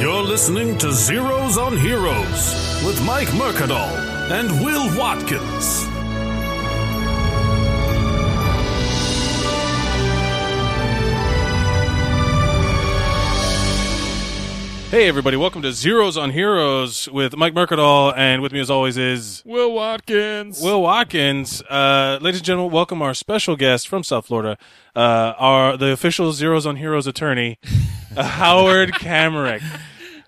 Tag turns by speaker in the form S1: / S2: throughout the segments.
S1: You're listening to Zeros on Heroes with Mike Mercadal and Will Watkins.
S2: Hey, everybody, welcome to Zeros on Heroes with Mike Mercadal, and with me, as always, is
S3: Will Watkins.
S2: Will Watkins. Uh, ladies and gentlemen, welcome our special guest from South Florida, uh, our the official Zeros on Heroes attorney, uh, Howard Kamerick.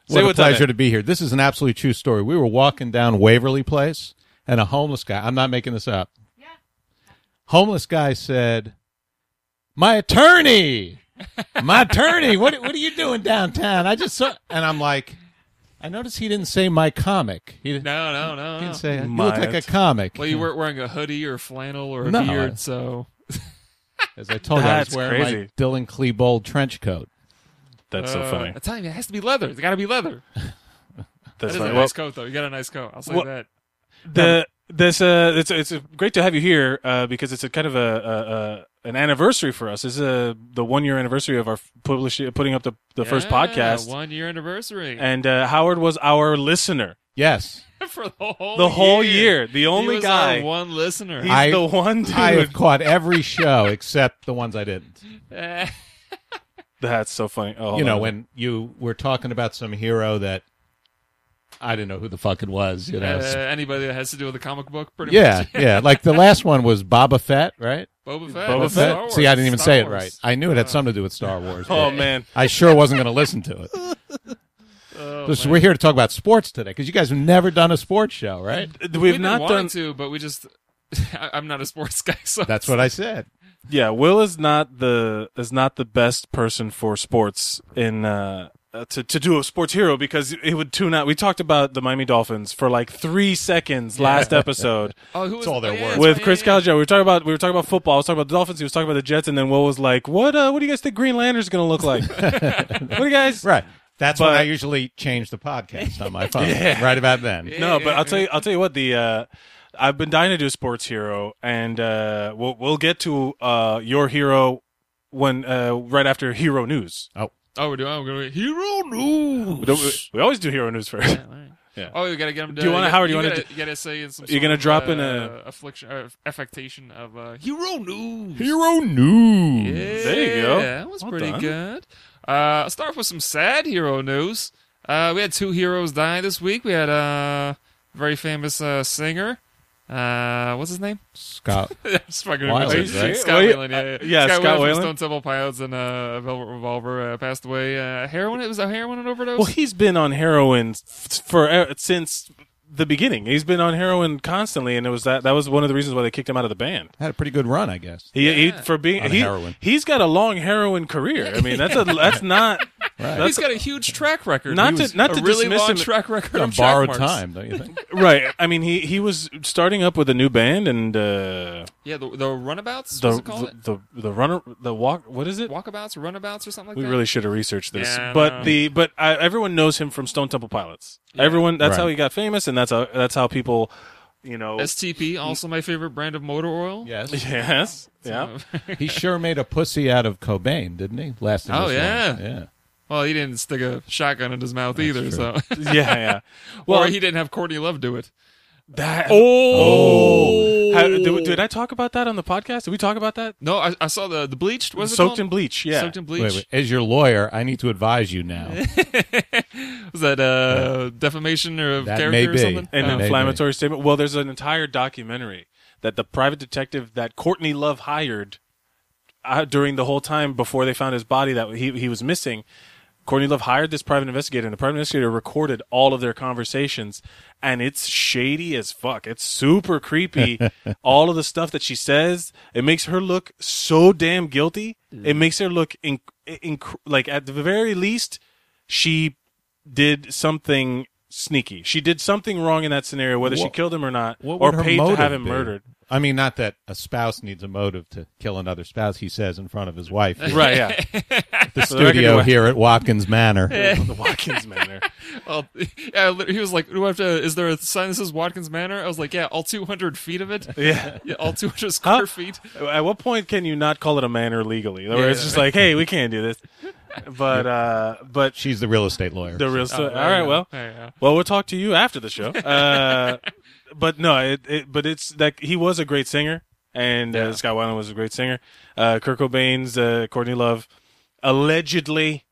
S4: What a
S2: up,
S4: pleasure
S2: man.
S4: to be here. This is an absolutely true story. We were walking down Waverly Place, and a homeless guy, I'm not making this up. Homeless guy said, My attorney, my attorney, what, what are you doing downtown? I just saw, and I'm like, I noticed he didn't say my comic. He didn't,
S3: No, no, no. no.
S4: he didn't say, You
S2: My
S4: look like a
S2: att-
S4: comic.
S3: well, you weren't wearing a hoodie or a flannel or a
S4: No.
S3: beard, so
S4: As I told you, I
S2: That's
S4: was wearing
S2: crazy.
S4: my Dylan Klebold trench coat.
S2: That's so
S3: uh,
S2: funny.
S3: I'm telling you, it has to be leather. It's got to be leather. That
S2: That's
S3: is
S2: funny.
S3: a
S2: Well,
S3: nice coat, though. You got a nice coat. I'll say
S2: Well-
S3: that.
S2: the this uh it's it's great to have you here uh because it's a kind of a, a, a an anniversary for us. This is uh the one year anniversary of our publishing putting up the the first
S3: Yeah,
S2: podcast.
S3: one year anniversary,
S2: And uh, Howard was our listener
S4: Yes.
S3: for the whole
S2: the whole
S3: year.
S2: year. The
S3: He
S2: only
S3: was
S2: guy.
S3: our one listener.
S2: He's
S4: I-
S2: the one dude.
S4: I have caught every show except the ones I didn't.
S3: Eh,
S2: That's so funny. Oh, hold
S4: you know,
S2: on.
S4: when you were talking about some hero that I didn't know who the fuck it was, you know.
S3: uh, anybody that has to do with a comic book, pretty
S4: yeah,
S3: much.
S4: yeah. Like the last one was Boba Fett, right?
S3: Boba Fett.
S2: Boba
S3: Star
S2: Fett?
S3: Wars,
S4: See, I didn't even
S3: Star
S4: say it
S3: Wars. Uh.
S4: right. I knew it had something to do with Star Wars.
S2: oh
S4: but
S2: man,
S4: I sure wasn't going to listen to it.
S3: Oh,
S4: Because
S3: man.
S4: we're here to talk about sports today because you guys have never done a sports show, right?
S2: we've,
S3: We've been
S2: not
S3: wanting
S2: done.
S3: to, but we just. I, I'm not a sports guy, so
S4: That's what I said.
S2: Yeah, Will is not the is not the best person for sports in uh, uh, to to do a sports hero because it would tune out. We talked about the Miami Dolphins for like three seconds last episode
S3: Oh, who was
S4: all their
S3: oh, yeah,
S4: work.
S3: that's
S2: with
S3: right,
S2: Chris
S3: yeah, yeah.
S2: Calgio. We were talking about we were talking about football. I was talking about the Dolphins. He was talking about the Jets, and then Will was like, "What uh, what do you guys think Green Lantern's going to look like? what do you guys?"
S4: Right. That's when
S2: But-
S4: I usually change the podcast on my phone. Right about then.
S2: No,
S3: Yeah,
S2: but
S3: yeah,
S2: I'll tell you. I'll tell you what. The uh, I've been dying to do a sports hero, and uh, we'll we'll get to uh, your hero when uh, right after hero news.
S3: Oh, we're doing. I'm gonna be hero news.
S2: We, don't- we- we always do hero news first.
S3: Yeah, all right. Oh, we gotta get him. To,
S2: Do you wanna- Howard, do you wanna
S3: gotta, you gotta say in some.
S2: you're
S3: sort
S2: gonna
S3: of,
S2: drop
S3: uh,
S2: in a-
S3: affliction, uh, affectation of uh, hero news.
S4: Hero news.
S3: Yeah,
S2: There you go.
S3: That was
S2: Well
S3: pretty
S2: done.
S3: good. Uh, I'll start off with some sad hero news. Uh, we had two heroes die this week. We had a uh, very famous uh, singer. Uh, what's his name?
S4: Scott.
S3: Just fucking
S4: Wayland,
S3: remember.
S4: right?
S3: Scott
S2: Wait,
S3: Wayland, yeah, yeah.
S2: Uh, yeah,
S3: Scott,
S2: Scott
S3: Wayland,
S2: Wayland.
S3: from Stone Temple Pilots and uh, Velvet Revolver uh, passed away. Uh, heroin? It was a heroin and overdose.
S2: Well, he's been on heroin f- for uh, since the beginning. He's been on heroin constantly, and it was that that was one of the reasons why they kicked him out of the band.
S4: Had a pretty good run, I guess.
S2: He, he
S3: Yeah.
S2: for being
S4: On
S2: he,
S4: heroin.
S2: he's got a long heroin career. I mean, that's a that's not
S4: Right.
S3: He's got a huge track record.
S2: Not
S3: He
S2: to-
S3: was
S2: not to
S3: a really
S2: dismiss
S3: long
S2: him-
S3: track record
S4: On
S3: of track
S4: borrowed
S3: marks.
S4: time, don't you think?
S2: right. I mean, he he was starting up with a new band and. Uh,
S3: Yeah, the, the runabouts.
S2: the
S3: what's it called?
S2: the, the the runner the walk what is it
S3: Walkabouts, or runabouts, or something like
S2: we
S3: that.
S2: really should have researched this
S3: Yeah, I
S2: but
S3: know.
S2: the but uh everyone knows him from stone temple pilots everyone that's
S4: Right.
S2: how he got famous and that's how that's how people you know
S3: STP, also my favorite brand of motor oil.
S4: Yes.
S2: yes yeah
S4: He sure made a pussy out of Cobain, didn't he? Last
S3: Oh,
S4: this long.
S3: yeah.
S4: yeah.
S3: Well, he didn't stick a shotgun in his mouth either, so.
S2: yeah yeah
S3: well,
S2: well
S3: or he didn't have Courtney Love do it.
S2: that
S4: Oh.
S2: How- did, did i talk about that on the podcast did we talk about that
S3: No, I, I saw the the bleached. Was it
S2: soaked
S3: called?
S2: in bleach yeah
S3: Soaked in bleach.
S4: Wait, wait. As your lawyer, I need to advise you now.
S3: Was that uh, defamation or of
S4: That
S3: character
S4: may
S3: or
S4: be.
S3: something?
S2: an
S4: Oh.
S2: inflammatory statement well there's an entire documentary that the private detective that courtney love hired uh, during the whole time before they found his body that he, he was missing courtney love hired this private investigator and the private investigator recorded all of their conversations and it's shady as fuck it's super creepy all of the stuff that she says it makes her look so damn guilty
S4: Mm.
S2: it makes her look in, in, like at the very least she did something sneaky she did something wrong in that scenario whether she
S4: What-
S2: killed him or not
S4: What
S2: or
S4: would her
S2: paid to have
S4: motive
S2: him
S4: be?
S2: murdered
S4: I mean, not that a spouse needs a motive to kill another spouse, he says in front of his wife. here
S2: right yeah
S4: at The
S2: For the record, do
S4: studio
S2: I-
S4: here at Watkins Manor.
S2: the Watkins Manor.
S3: Well, yeah, lit- he was like, "Do I have to? Is there a sign that says Watkins Manor?" I was like, "Yeah, all 200 feet of it.
S2: Yeah.
S3: Yeah, all 200 square
S2: Huh?
S3: feet."
S2: At what point can you not call it a manor legally? Where it's
S3: Yeah.
S2: just like, hey, we can't do this. but uh, but
S4: She's the real estate lawyer.
S2: the real. sto-
S3: Oh,
S2: all
S3: there
S2: right,
S3: you go.
S2: well,
S3: There you go.
S2: well, we'll talk to you after the show. Uh, but no, it, it, but it's like he was a great singer, and
S3: Yeah.
S2: uh, Scott Weiland was a great singer. Uh, Kurt Cobain's uh, Courtney Love allegedly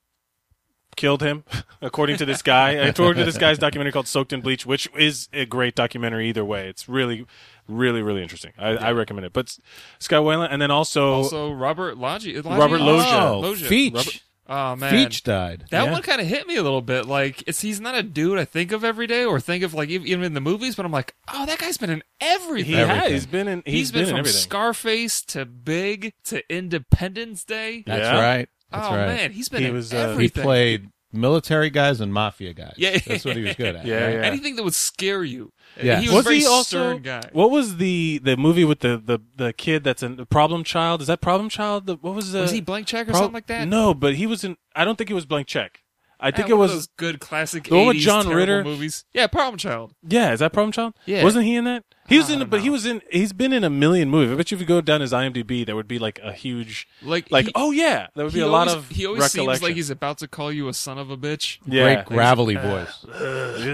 S2: killed him, according to this guy. according to this guy's documentary called "Soaked in Bleach," which is a great documentary either way. It's really, really, really interesting. I, I recommend it. But S- Scott Weiland, and then also,
S3: Also, Robert Loggi. Loggi?
S2: Robert Loggia.
S4: Oh,
S3: Loggia.
S4: Feach.
S3: Robert- oh man,
S4: Feach died.
S3: That
S4: Yeah.
S3: one kind of hit me a little bit. Like, it's he's not a dude I think of every day, or think of like ev- even in the movies. But I'm like, oh, that guy's been in everything.
S2: he
S4: Everything.
S2: has been in.
S3: he's been,
S2: in
S3: from
S2: everything.
S3: Scarface to Big to Independence Day.
S4: That's
S2: Yeah.
S4: right. That's
S3: oh
S4: right.
S3: man, he's been
S2: He
S3: in
S2: was, uh, he
S4: He
S3: everything.
S4: played military guys and mafia guys.
S3: Yeah.
S4: That's what he was good at.
S2: Yeah,
S4: right?
S2: yeah.
S3: anything that would scare you.
S4: Yeah.
S3: he was, a very stern guy.
S2: What was the the movie with the the, the kid that's in the problem child? Is that problem child? The, what was the
S3: was he blank check or
S2: Pro-
S3: something like that?
S2: No, but he was in. I don't think it was blank check. I
S3: Ah,
S2: think it
S3: one of
S2: was.
S3: those good classic.
S2: the one with
S3: 80s
S2: John
S3: terrible
S2: Ritter.
S3: movies. Yeah, Problem Child.
S2: Yeah, is that problem child?
S3: Yeah.
S2: wasn't he in that? He was
S3: I
S2: in,
S3: don't
S2: but he
S3: know.
S2: was in. He's been in a million movies. I bet you if you go down his IMDb, there would be like a huge,
S3: Like
S2: like
S3: he,
S2: oh yeah, there would be
S3: he
S2: a lot
S3: always-
S2: of
S3: He always seems
S2: recollection.
S3: like he's about to call you a son of a bitch.
S2: yeah,
S4: Great gravelly voice.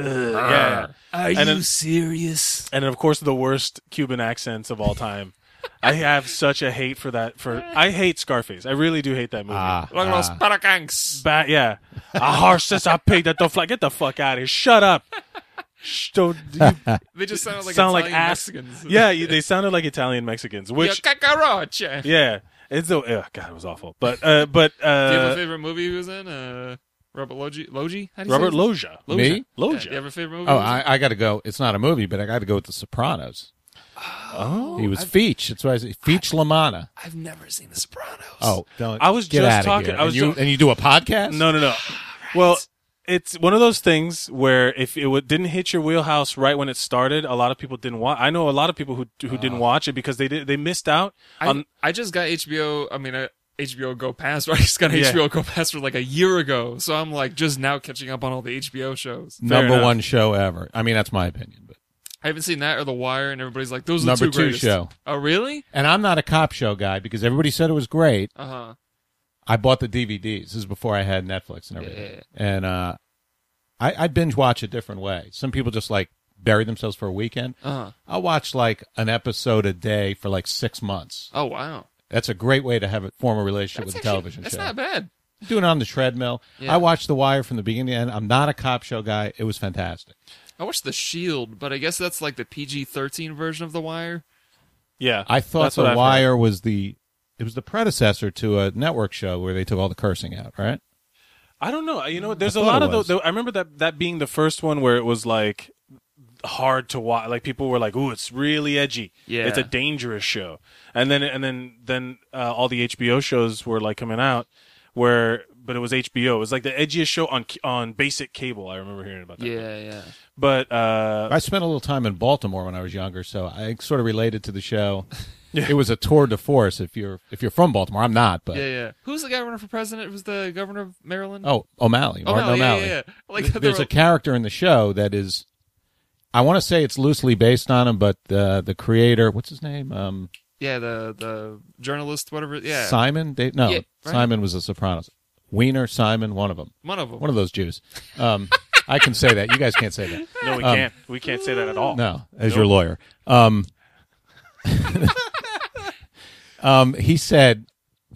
S2: yeah.
S3: Are
S2: And then-
S3: serious?
S2: and of course the worst Cuban accents of all time. I have such a hate for that. For I hate Scarface. I really do hate that movie.
S4: Ah,
S3: Look at those
S4: ah.
S3: parakangs.
S2: Bat, yeah. A horse says I picked at the fly. Get the fuck out of here. Shut up. Sh- Don't, you
S3: They just sound like
S2: sound like
S3: Italian
S2: ass.
S3: Mexicans.
S2: Yeah, you, they sounded like Italian Mexicans,
S3: Yo,
S2: which
S3: cucaracha.
S2: yeah, it's a, oh, God, it was awful. But uh, but
S3: Do you have a
S2: uh,
S3: favorite movie he was in? Uh, Robert Logi. Logi? How do you say
S2: Robert
S3: his-
S2: Loja,
S3: Loggia.
S4: Me?
S3: Yeah, do
S2: Loja.
S3: you have a favorite movie?
S4: Oh,
S3: he was in?
S4: I, I got to go. It's not a movie, but I got to go with The Sopranos. Oh, he was Feach. That's why I say Feach Lamana.
S3: I've never seen The Sopranos.
S4: Oh, don't.
S2: I was
S4: get
S2: just
S4: outta
S2: talking-
S4: Here.
S2: I was
S4: and, you,
S2: just-
S4: and you do a podcast?
S2: No, no, no. Well, it's one of those things where if it w- didn't hit your wheelhouse right when it started, a lot of people didn't watch. I know a lot of people who who
S4: Uh.
S2: didn't watch it because they did they missed out
S3: I,
S2: on.
S3: I just got HBO. I mean, uh, HBO Go Pass. I just got
S2: Yeah.
S3: HBO Go Pass for like a year ago, so I'm like just now catching up on all the HBO shows.
S4: number
S2: enough.
S4: one show ever. I mean, that's my opinion. But
S3: I haven't seen that or The Wire, and everybody's like, "Those are
S4: Number
S3: the two
S4: two
S3: greatest."
S4: show.
S3: Oh, really?
S4: and I'm not a cop show guy because everybody said it was great.
S3: Uh huh.
S4: I bought the DVDs. This is before I had Netflix and everything.
S3: Yeah.
S4: And uh, I, I binge watch a different way. Some people just like bury themselves for a weekend.
S3: Uh-huh.
S4: I watch like an episode a day for like six months.
S3: Oh, wow.
S4: That's a great way to have a form a relationship with a
S3: actually-
S4: television
S3: That's
S4: show.
S3: not bad.
S4: Doing it on the treadmill.
S3: Yeah.
S4: I watched The Wire from the beginning to end. I'm not a cop show guy. It was fantastic.
S3: I watched The Shield, but I guess that's like the PG-13 version of The Wire.
S2: Yeah,
S4: I thought
S2: that's what
S4: The
S2: I've heard.
S4: Wire was the it was the predecessor to a network show where they took all the cursing out, right?
S2: I don't know. You know, there's
S4: Mm. I
S2: a
S4: thought
S2: lot
S4: it
S2: of those.
S4: was.
S2: I remember that that being the first one where it was like hard to watch. Like people were like, "Ooh, it's really edgy.
S3: Yeah.
S2: it's a dangerous show." And then and then then uh, all the HBO shows were like coming out where, but it was HBO. It was like the edgiest show on on basic cable. I remember hearing
S4: Uh,
S2: about that.
S3: Yeah, yeah.
S2: But uh,
S4: I spent a little time in Baltimore when I was younger, so I sort of related to the show. It was a tour de force if you're if you're from Baltimore. I'm not, but
S3: Yeah, yeah. Who's the guy running for president? It was the governor of Maryland?
S4: oh, O'Malley,
S3: Oh,
S4: Martin
S3: no, yeah,
S4: O'Malley.
S3: yeah, yeah. Like,
S4: Th- There's
S3: they're-
S4: a character in the show that is I want to say it's loosely based on him, but uh, the creator, what's his name? Um,
S3: yeah, the the journalist, whatever. Yeah,
S4: Simon? Da- no,
S3: Yeah, right.
S4: Simon was a Sopranos. Wiener, Simon, one of them.
S3: one of them.
S4: One of those Jews. Um, I can say that. You guys can't say that.
S2: no, we can't. We can't say that at
S3: Oh.
S2: all.
S4: Um, No, as your lawyer. Um, um, he said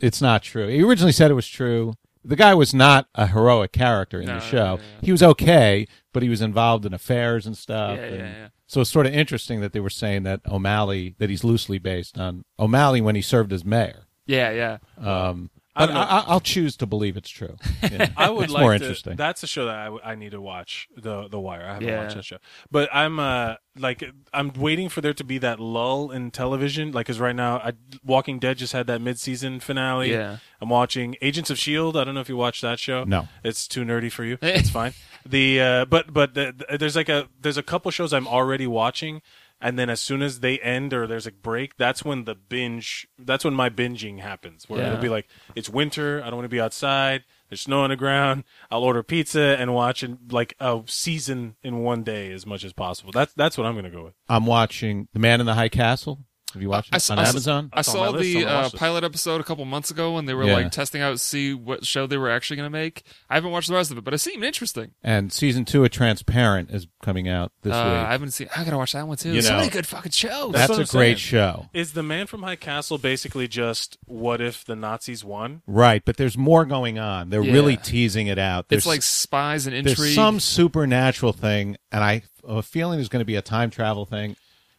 S4: it's not true. He originally said it was true. The guy was not a heroic character in
S3: No,
S4: the show.
S3: yeah, yeah.
S4: He was okay, but he was involved in affairs and stuff.
S3: Yeah,
S4: and
S3: yeah, yeah.
S4: So it's sort of interesting that they were saying that O'Malley, that he's loosely based on O'Malley when he served as mayor.
S3: Yeah, yeah.
S4: Um,
S2: I
S4: but
S2: don't know.
S4: I, I, I'll choose to believe it's true. Yeah.
S2: I would
S4: It's
S2: like to,
S4: more interesting.
S2: That's a show that I, w- I need to watch. The The Wire. I haven't
S3: Yeah.
S2: watched that show, but I'm uh like I'm waiting for there to be that lull in television. Like, cause right now, I, Walking Dead just had that mid season finale.
S3: Yeah.
S2: I'm watching Agents of Shield. I don't know if you watched that show.
S4: No.
S2: it's too nerdy for you. It's fine. The uh, but but the, the- there's like a there's a couple shows I'm already watching. And then as soon as they end or there's a break, that's when the binge. That's when my binging happens. Where it'll
S3: Yeah.
S2: be like it's winter. I don't want to be outside. There's snow on the ground. I'll order pizza and watch in, like a season in one day as much as possible. That's that's what I'm gonna go with.
S4: I'm watching The Man in the High Castle. Have you watched
S3: I
S4: it
S3: saw-
S4: on
S3: I saw-
S4: Amazon?
S3: I
S2: That's on
S3: saw
S2: my list. I'm
S3: the
S2: gonna
S3: uh,
S2: watch this.
S3: pilot episode a couple months ago when they were
S4: Yeah.
S3: like testing out to see what show they were actually going to make. I haven't watched the rest of it, but it seemed interesting.
S4: and season two of Transparent is coming out this
S3: Uh, I
S4: week.
S3: haven't seen. I gotta watch that one too.
S4: You
S3: so
S4: know.
S3: many good fucking shows.
S2: That's
S4: That's,
S2: what I'm
S4: a great
S2: saying.
S4: show.
S2: Is the man from High Castle basically just what if the Nazis won?
S4: Right, but there's more going on. They're
S3: Yeah.
S4: really teasing it out. There's,
S3: it's like spies and
S4: there's
S3: intrigue.
S4: some supernatural thing, and I have a feeling there's going to be a time travel thing.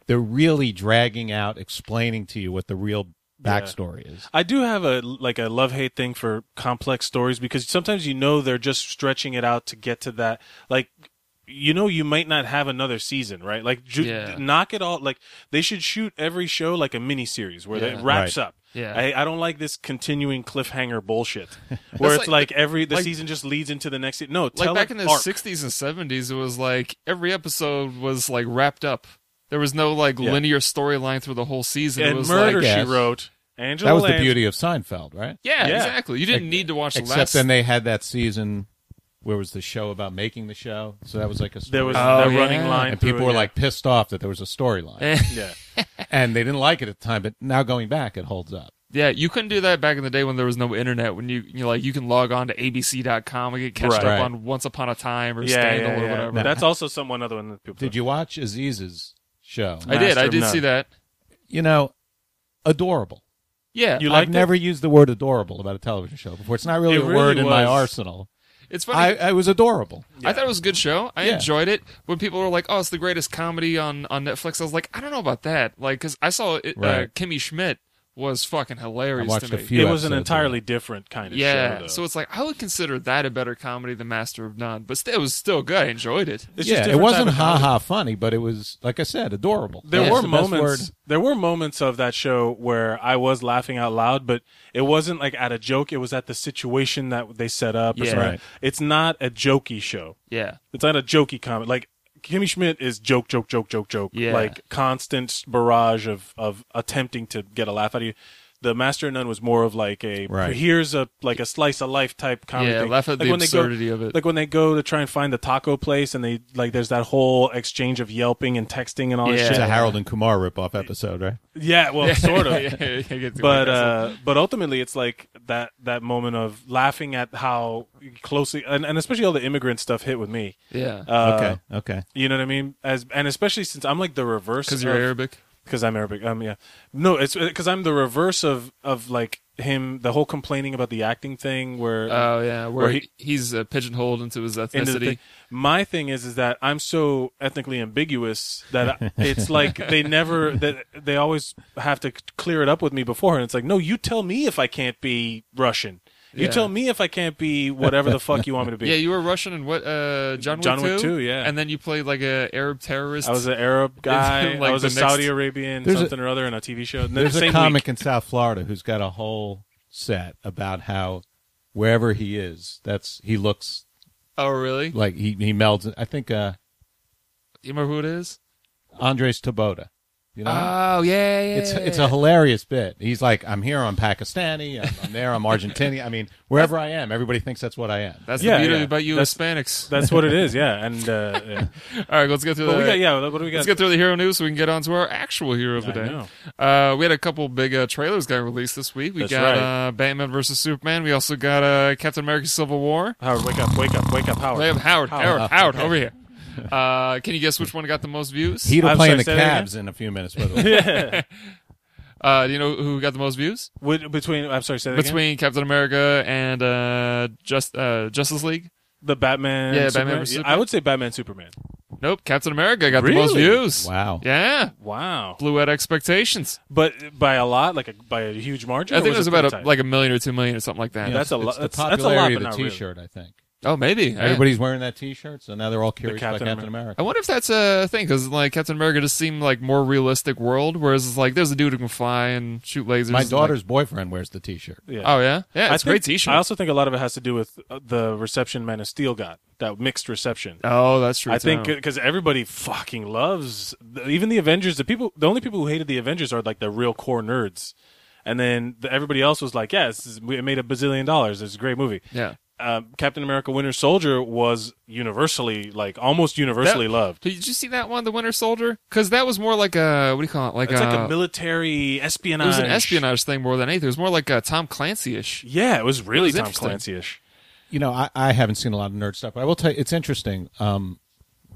S4: They're really dragging out, explaining to you what the real backstory is.
S2: I do have a like a love hate thing for complex stories because sometimes you know they're just stretching it out to get to that like you know you might not have another season right like ju-
S3: Yeah.
S2: knock it all like they should shoot every show like a mini series where
S3: Yeah.
S2: it wraps up
S3: Yeah.
S2: I, I don't like this continuing cliffhanger bullshit
S3: That's
S2: where it's
S3: like-
S2: like, every the
S3: like-
S2: season just leads into the next se- no
S3: like
S2: tell
S3: back
S2: an
S3: in the
S2: arc.
S3: '60s and '70s, it was like every episode was like wrapped up. There was no like
S2: Yeah.
S3: linear storyline through the whole season. it
S2: and
S3: was
S2: murder
S3: like,
S2: she
S4: Yes.
S2: wrote Angela
S4: That was the
S2: Lansbury-
S4: beauty of Seinfeld, right?
S3: yeah,
S2: Yeah.
S3: exactly. You didn't
S4: Ex-
S3: need to watch the
S4: Except
S3: last.
S4: then they had that season where was the show about making the show, so that was like a story.
S2: there was
S3: Oh,
S2: the running
S3: yeah.
S2: line
S4: and
S2: through
S4: people
S2: it,
S4: were
S2: yeah. Eh.
S4: like pissed off that there was a storyline,
S2: yeah
S4: and they didn't like it at the time. But now going back, it holds up.
S3: yeah, you couldn't do that back in the day when there was no internet. When you you like you can log on to ABC.com and get catched
S2: Right.
S3: up
S4: Right.
S3: on Once Upon a Time or
S2: yeah,
S3: Scandal
S2: yeah,
S3: or
S2: yeah.
S3: whatever.
S2: that's also someone other one that people
S4: Did you watch Aziz's show?
S3: I did. I
S2: Master of
S3: did
S2: None.
S3: see that.
S4: you know, adorable.
S3: Yeah,
S2: You
S4: I've
S2: liked it?
S4: never used the word adorable about a television show before. It's not really
S2: It
S4: a
S2: really
S4: word in my
S2: was.
S4: arsenal.
S3: it's funny.
S4: I, I was adorable.
S3: I thought it was a good show. I
S4: Yeah.
S3: enjoyed it. When people were like, "Oh, it's the greatest comedy on on Netflix," I was like, "I don't know about that." Like, because I saw it, uh,
S4: Right.
S3: Kimmy Schmidt was fucking hilarious
S4: I watched
S3: to
S4: a
S3: me.
S4: few
S2: it was an
S4: episodes of it.
S2: entirely different kind of
S3: yeah,
S2: show. though.
S3: so it's like I would consider that a better comedy than Master of None, but still, it was still good. I enjoyed it.
S2: It's just
S4: yeah, it
S2: different
S4: wasn't
S2: type of comedy.
S4: ha funny, but it was like I said, adorable.
S2: There
S4: That's
S2: were
S4: the best
S2: moments.
S4: word.
S2: There were moments of that show where I was laughing out loud, but it wasn't like at a joke. It was at the situation that they set up. or
S3: Yeah.
S2: something.
S4: Right.
S2: It's not a jokey show.
S3: Yeah,
S2: It's not a jokey comedy. Like Kimmy Schmidt is joke, joke, joke, joke, joke.
S3: Yeah.
S2: Like constant barrage of of attempting to get a laugh out of you. The Master of None was more of like a
S4: Right.
S2: here's a like a slice of life type comedy.
S3: Yeah,
S2: thing.
S3: laugh at
S2: like
S3: the
S2: when they go-
S3: absurdity of it.
S2: Like when they go to try and find the taco place and they like there's that whole exchange of yelping and texting and all
S3: Yeah.
S2: this
S4: It's
S2: shit.
S4: a Harold and Kumar ripoff episode, right?
S2: Yeah, well, sort of.
S3: Yeah, yeah, yeah, I get to
S2: But
S3: like that.
S2: uh, but ultimately, it's like that that moment of laughing at how closely, and, and especially all the immigrant stuff hit with me.
S3: yeah,
S2: Uh,
S4: okay, okay.
S2: you know what I mean? As and especially since I'm like the reverse
S3: because you're
S2: of-
S3: Arabic.
S2: because I'm Arabic. Um, yeah, no, it's because I'm the reverse of of like him. The whole complaining about the acting thing, where
S3: Oh yeah, where,
S2: Where
S3: he,
S2: he-
S3: he's uh, pigeonholed into his
S2: into the
S3: ethnicity.
S2: thing. My thing is, is that I'm so ethnically ambiguous that I- it's like they never that they always have to c- clear it up with me before, and it's like, no, you tell me if I can't be Russian. You
S3: Yeah.
S2: tell me if I can't be whatever the fuck you want me to be.
S3: Yeah, you were Russian and what? Uh, John Wick
S2: John Wick
S3: 2?
S2: two, yeah.
S3: and then you played like a Arab terrorist.
S2: I was an Arab guy.
S3: like
S2: I was
S3: the
S2: a
S3: next-
S2: Saudi Arabian
S4: There's a-
S2: something or other in a TV show. And then
S4: There's
S2: the same
S4: a
S2: week-
S4: comic in South Florida who's got a whole set about how wherever he is, that's he looks
S3: oh really?
S4: like he, he melds. I think uh,
S3: You remember who it is?
S4: Andres Taboda. You know,
S3: Oh yeah, yeah.
S4: It's
S3: yeah,
S4: it's
S3: yeah.
S4: a hilarious bit. He's like, I'm here, I'm Pakistani, I'm, I'm there, I'm Argentinian. I mean, wherever I am, everybody thinks that's what I am.
S3: That's
S2: Yeah,
S3: the beauty
S2: yeah.
S3: about you
S2: That's-
S3: Hispanics.
S2: That's what it is. Yeah, and uh, yeah.
S3: All right, let's get through
S2: But
S3: the
S2: we got yeah. What do we got?
S3: let's get through the hero news so we can get on to our actual hero of the
S2: I
S3: day.
S2: know.
S3: Uh, we had a couple big uh, trailers got released this week. We
S2: That's
S3: got
S2: right.
S3: uh, Batman versus Superman. We also got uh, Captain America: Civil War.
S2: Howard, wake up! Wake up! Wake up, Howard!
S3: Wait, Howard, Howard, Howard,
S4: Oh,
S3: over here. Uh, can you guess which one got the most views?
S4: He'll
S2: I'm
S4: play in
S2: sorry,
S4: the
S2: say that again?
S4: Cavs in a few minutes. By the way.
S3: Uh, do you know who got the most views?
S2: Would- between I'm sorry, say that again?
S3: between Captain America and uh, Just uh, Justice League.
S2: the Batman.
S3: Yeah, Batman
S2: Superman?
S3: versus
S2: Yeah,
S3: Superman.
S2: I would say Batman Superman.
S3: Nope, Captain America got the most
S2: Really?
S3: views.
S4: Wow.
S3: Yeah,
S2: Wow,
S3: blew out expectations.
S2: but by a lot, like a, by a huge margin.
S3: I
S2: or
S3: think it was about
S2: pretty
S3: a,
S2: tight?
S3: like a million or two million or something like that.
S4: You know,
S2: that's a
S4: it's
S2: lot-
S4: The
S2: that's- that's a lot,
S4: popularity
S2: but
S4: of
S2: not
S4: the
S2: really.
S4: T-shirt, I think.
S3: Oh, maybe yeah.
S4: Everybody's wearing that T-shirt, so now they're all curious about
S2: Captain
S4: Captain
S2: America.
S4: America.
S3: I wonder if that's a thing because like Captain America just seemed like more realistic world, whereas it's like there's a dude who can fly and shoot lasers.
S4: My
S3: and,
S4: daughter's boyfriend wears the T-shirt.
S2: Yeah.
S3: Like, oh yeah, yeah,
S2: I
S3: it's a great
S2: think-
S3: T-shirt.
S2: I also think a lot of it has to do with uh, the reception Man of Steel got that mixed reception.
S3: oh, that's true.
S2: I think
S3: too.
S2: because everybody fucking loves the- even the Avengers. The people, the only people who hated the Avengers are like the real core nerds, and then the, everybody else was like, "Yeah, this is, it made a bazillion dollars. It's a great movie."
S3: yeah.
S2: Uh, uh, Captain America: Winter Soldier was universally, like almost universally loved.
S3: Did you see that one, The Winter Soldier? Because that was more like a what do you call it? Like uh,
S2: It's
S3: a,
S2: like a military espionage.
S3: it was an espionage thing more than anything. It was more like a Tom Clancy ish.
S2: Yeah, it was really
S3: It was
S2: Tom
S3: interesting.
S2: Clancy-ish.
S4: you know, I, I haven't seen a lot of nerd stuff. But I will tell you, it's interesting. Um,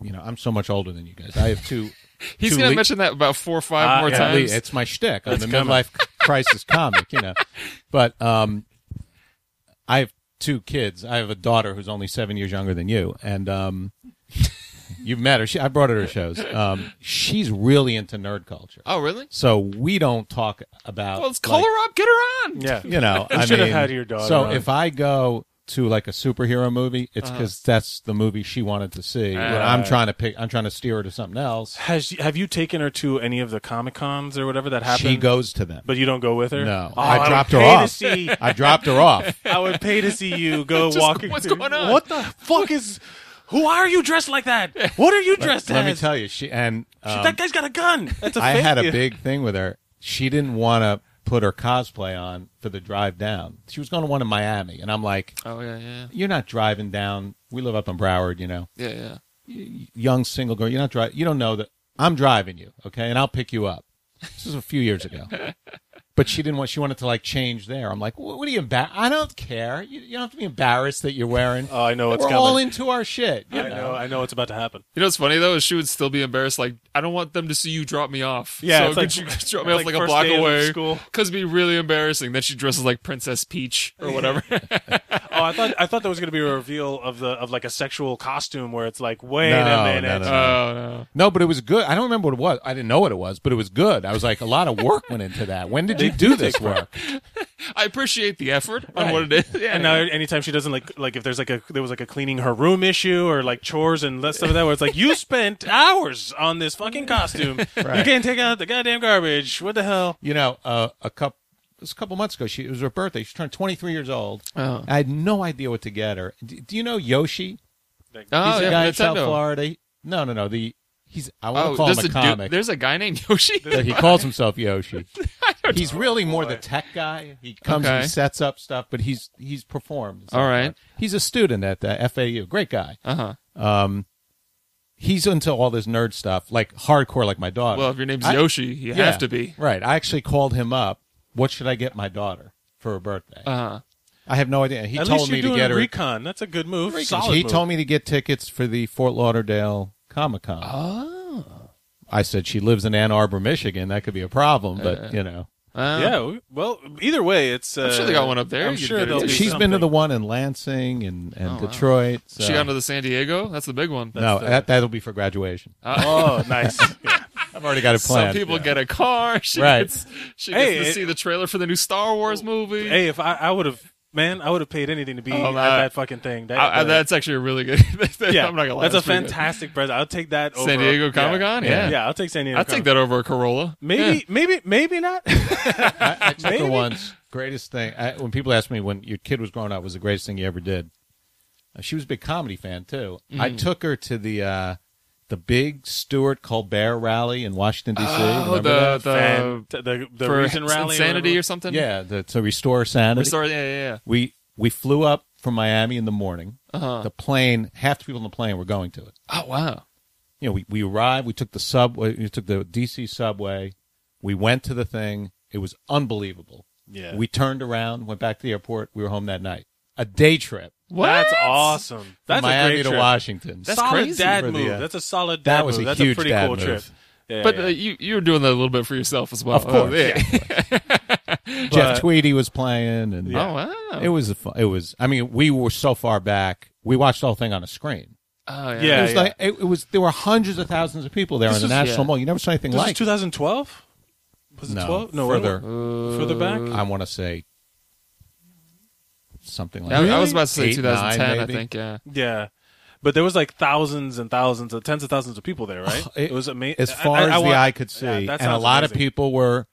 S4: you know, I'm so much older than you guys. I have two.
S3: He's
S4: two
S3: going to
S4: le-
S3: mention that about four or five
S2: Ah,
S3: more
S2: yeah.
S4: at
S3: times.
S4: least it's my shtick. I'm
S2: It's
S4: the
S2: coming.
S4: midlife crisis comic, you know. But um, I have two kids. I have a daughter who's only seven years younger than you, and um, you've met her. She, I brought her to shows. Um, she's really into nerd culture,
S3: oh, really?
S4: so we don't talk about.
S3: Well, let's call
S4: like,
S3: her up. Get her on.
S2: Uh, Yeah,
S4: You know,
S2: You
S4: I
S2: should have
S4: mean,
S2: had your daughter
S4: So
S2: on. Uh-huh.
S4: if I go to like a superhero movie, it's because that's the movie she wanted to see. and I'm trying to pick. I'm trying to steer her to something else.
S2: Has have you taken her to any of the comic cons or whatever that happened?
S4: She goes to them.
S2: but you don't go with her.
S4: No,
S2: Oh,
S4: I
S2: would
S4: dropped her
S2: pay to
S4: off.
S2: see-
S4: I dropped her off.
S2: I would pay to see you go
S3: Just,
S2: walking.
S3: what's
S2: through-
S3: going on?
S2: What the fuck is? Who are you dressed like that? What are you dressed
S4: Let me
S2: as?
S4: tell you, she and um,
S2: that guy's got a gun. That's a
S4: I
S2: fake.
S4: had a big thing with her. She didn't want to put her cosplay on for the drive down. She was going to one in Miami, and I'm like,
S3: Oh yeah, yeah,
S4: "You're not driving down. We live up in Broward, you know.
S3: yeah, yeah.
S4: Young single girl. You're not driving. You don't know that I'm driving you, okay? And I'll pick you up." This was a few years ago, but she didn't want. She wanted to like change there. I'm like, "What, what are you embarrassed? I don't care. You, you don't have to be embarrassed that you're wearing.
S2: Oh, I know it's
S4: We're
S2: coming.
S4: all into our shit. you
S2: I know. I know it's about to happen.
S3: You know what's funny though is she would still be embarrassed. Like I don't want them to see you drop me off.
S2: Yeah,
S3: so
S2: it's
S3: could
S2: like-
S3: you drop me
S2: it's like
S3: off like, a
S2: first
S3: block
S2: day of
S3: away?
S2: school.
S3: Cause it'd be really embarrassing. Then she dresses like Princess Peach or whatever.
S2: Oh, I thought I thought there was going to be a reveal of the of like a sexual costume where it's like, wait
S4: No,
S2: a minute.
S4: no, no.
S3: oh no.
S4: No, but it was good. I don't remember what it was. I didn't know what it was, but it was good. I was like, a lot of work went into that. When did you do this work?
S3: I appreciate the effort on what it is. Yeah.
S2: And now anytime she doesn't like like if there's like a there was like a cleaning her room issue or like chores and le- stuff like that where it's like you spent hours on this fucking costume. You can't take out the goddamn garbage. What the hell?
S4: You know, uh, a couple. It was a couple months ago. She it was her birthday. She turned 23 years old.
S2: Uh-huh.
S3: Oh.
S4: I had no idea what to get her. Do, do you know Yoshi?
S3: oh
S4: he's
S3: yeah,
S4: a guy in
S3: Nintendo.
S4: South Florida. He- no, no, no. The he's I want
S3: Oh,
S4: to call
S3: there's a,
S4: him a
S3: dude-
S4: comic.
S3: there's a guy named Yoshi.
S4: but he calls himself Yoshi. He's really more the tech guy. He comes and
S3: Okay.
S4: he sets up stuff, but he's he's performed.
S3: All right.
S4: He's a student at the FAU. Great guy. Um,
S3: Uh huh.
S4: he's into all this nerd stuff, like hardcore, like my daughter.
S3: Well, if your name's
S4: I-
S3: Yoshi, you
S4: Yeah,
S3: have to be.
S4: right. I actually called him up. What should I get my daughter for her birthday?
S3: Uh huh.
S4: I have no idea. He
S2: At
S4: told
S2: least
S4: me
S2: you're
S4: to
S2: doing
S4: get
S2: a
S4: her.
S2: recon. That's a good move. Solid
S4: he
S2: move.
S4: told me to get tickets for the Fort Lauderdale Comic Con. Oh. I said she lives in Ann Arbor, Michigan. That could be a problem, but you know,
S2: Yeah. we- Well, either way, it's. Uh,
S3: Um, I'm sure they got one up there.
S2: I'm
S3: You could
S2: sure
S3: get it.
S2: they'll
S3: There'll
S4: she's
S2: be
S4: been to
S2: something.
S4: the one in Lansing and, and Detroit. So.
S3: She got into the San Diego. That's the big one.
S4: no,
S2: the-
S4: that, that'll be for graduation.
S2: Oh, nice. Yeah.
S4: I've already got it planned.
S3: Some people
S4: Yeah.
S3: get a car. She
S4: Right.
S3: gets, she
S2: Hey,
S3: gets to
S2: it-
S3: see the trailer for the new Star Wars movie.
S2: hey, if I, I would have, man, I would have paid anything to be
S3: Oh,
S2: at
S3: that-
S2: that fucking thing. That,
S3: I, I-
S2: uh,
S3: that's actually a really good.
S2: yeah,
S3: I'm not gonna lie.
S2: That's, a
S3: pretty good.
S2: fantastic present. I'll take that.
S3: San
S2: over-
S3: Diego Comic-Con?
S2: yeah,
S3: Yeah.
S2: I'll take San Diego.
S3: I'll take
S2: Comic-Con.
S3: that over a Corolla.
S2: Maybe,
S3: Yeah.
S2: maybe, maybe not.
S4: I took her
S2: Maybe.
S4: once. Greatest thing. I, when people ask me when your kid was growing up, was the greatest thing you ever did? Uh, She was a big comedy fan too. I
S3: Mm.
S4: took her to the uh, the big Stuart Colbert rally in Washington D.C.
S3: Oh,
S4: Remember
S3: the
S4: that?
S3: the
S2: and the the
S3: for
S2: reason rally
S3: insanity
S2: whatever.
S3: or something.
S4: yeah, the, to restore sanity.
S3: Restore- yeah, yeah,
S4: we we flew up from Miami in the morning.
S3: yeah. Uh-huh.
S4: The plane, half the people on the plane were going to it.
S3: Oh wow.
S4: you know, we, we arrived, we took the subway, we took the DC subway, we went to the thing. It was unbelievable.
S2: Yeah.
S4: We turned around, went back to the airport. We were home that night. A day trip
S3: What?
S2: That's awesome. That's
S4: from Miami
S2: a great
S4: to
S2: trip.
S4: Washington.
S3: That's
S2: solid
S3: crazy
S2: dad
S4: for the,
S2: move.
S4: uh,
S2: that's a solid
S4: that
S2: dad
S4: was
S2: move.
S4: a
S2: That's
S4: huge
S2: a pretty
S4: dad
S2: cool
S4: move.
S2: trip. Yeah,
S3: But
S2: yeah.
S3: uh, you you were doing that a little bit for yourself as well.
S4: Of course,
S3: Oh, yeah.
S4: Jeff Tweedy was playing, and
S3: Oh, wow.
S4: it was a fun, it was. I mean, we were so far back. We watched the whole thing on a screen.
S3: Oh, yeah.
S2: Yeah.
S4: It was like it, it was. There were hundreds of thousands of people there
S3: This
S4: on the
S3: was-
S4: National
S3: yeah.
S4: Mall. You never saw anything
S2: this
S4: like
S2: is 2012. Was it
S4: No,
S2: 12? No,
S4: further. Uh,
S2: when- further back.
S4: I want to say something like
S3: I-
S4: that.
S3: I was about to say
S4: Eight,
S3: 2010.
S4: nine,
S3: I
S4: maybe?
S3: think. Yeah.
S2: Yeah. But there was like thousands and thousands, of, tens of thousands of people there, right?
S4: Oh, It-
S2: was amazing.
S4: as far as the eye could see. and a lot of people were.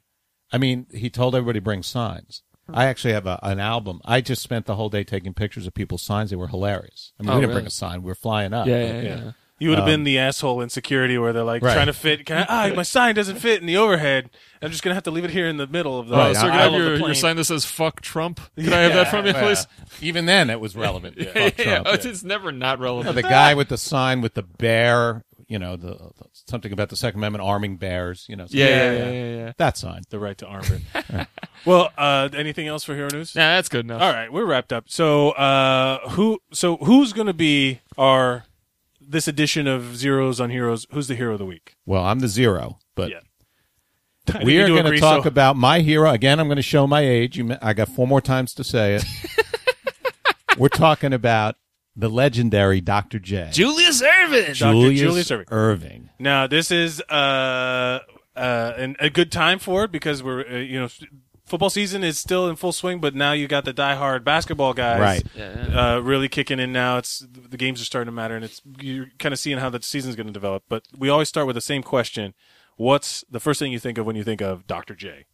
S4: I mean, he told everybody to bring signs. I actually have a, an album. I just spent the whole day taking pictures of people's signs. They were hilarious. I mean,
S3: Oh,
S4: we didn't
S3: really?
S4: bring a sign. We were flying up.
S3: Yeah, yeah,
S4: but
S3: yeah.
S2: You would have been the asshole in security where they're like
S4: Um, Right.
S2: trying to fit. Can I, ah, my sign doesn't fit in the overhead. I'm just gonna have to leave it here in the middle of the.
S4: Right,
S2: the
S4: I-
S3: Sir, can I
S2: aisle
S3: have
S2: of the
S3: your, your
S2: plane.
S3: sign that says "fuck Trump"? Can I have that from you,
S4: Well,
S3: please?
S4: Even then, it was relevant. Fuck
S3: Yeah,
S4: Trump,
S3: it's,
S4: yeah.
S3: it's never not
S4: No,
S3: relevant.
S4: the guy with the sign with the bear, you know, the, the- something about the Second Amendment arming bears, you know.
S3: Yeah, yeah,
S2: yeah,
S3: yeah, yeah, yeah.
S4: That sign.
S2: The right to arm it. well, uh, anything else for hero news?
S3: Nah, that's good enough.
S2: All right, we're wrapped up. So uh, who? So who's gonna be our this edition of Zeros on Heroes? Who's the hero of the week?
S4: Well, I'm the zero, but
S2: Yeah.
S4: we are going to
S2: to
S4: talk about my hero again. I'm going to show my age. You, ma- I got four more times to say it. We're talking about the legendary Dr. J.
S3: Julius Ervin.
S2: Dr. Julius Erving.
S4: Irving.
S2: Now this is uh, uh, an, a good time for it because we're uh, you know s- football season is still in full swing, but now you got the diehard basketball guys
S4: Right.
S2: Uh, really kicking in now. It's the games are starting to matter, and it's you're kind of seeing how the season's going to develop. But we always start with the same question: What's the first thing you think of when you think of Dr. J?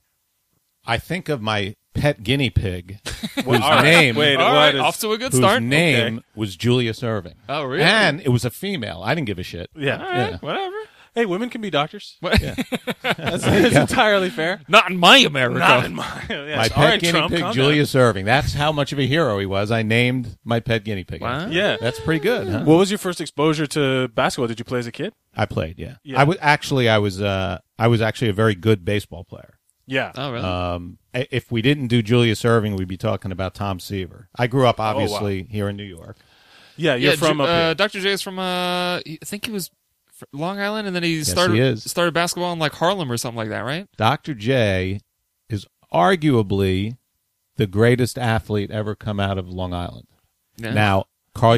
S4: I think of my pet guinea pig whose
S2: all right.
S4: name
S2: Wait,
S3: All
S2: What
S3: right,
S2: is-
S3: off to a good
S4: whose
S3: start.
S4: name
S2: Okay.
S4: was Julius Irving.
S3: Oh, really?
S4: And it was a female. I didn't give a shit.
S2: Yeah.
S3: All right,
S4: Yeah.
S3: whatever.
S2: Hey, women can be doctors.
S3: What-
S2: That's, that's entirely fair.
S3: Not in my America.
S2: Not in my. yes.
S4: My
S2: All
S4: pet
S2: right,
S4: guinea
S2: Trump,
S4: pig,
S2: calm down.
S4: Julius Irving. That's how much of a hero he was. I named my pet guinea pig.
S3: Wow.
S4: after him.
S2: Yeah.
S4: That's pretty good. Huh?
S2: What was your first exposure to basketball? Did you play as a kid?
S4: I played. Yeah.
S2: Yeah.
S4: I was actually I was uh I was actually a very good baseball player.
S2: Yeah.
S3: oh, really?
S4: Um, i- if we didn't do Julius Irving, we'd be talking about Tom Seaver. I grew
S3: Oh,
S4: up obviously here in New York.
S2: yeah, you're
S3: Yeah,
S2: from
S3: Ju-
S2: up here.
S3: uh, Dr. J is from uh, I think he was fr- Long Island, and then he started
S4: he is.
S3: started basketball in like Harlem or something like that, right?
S4: Dr. J is arguably the greatest athlete ever come out of Long Island.
S3: Yeah.
S4: Now, Carl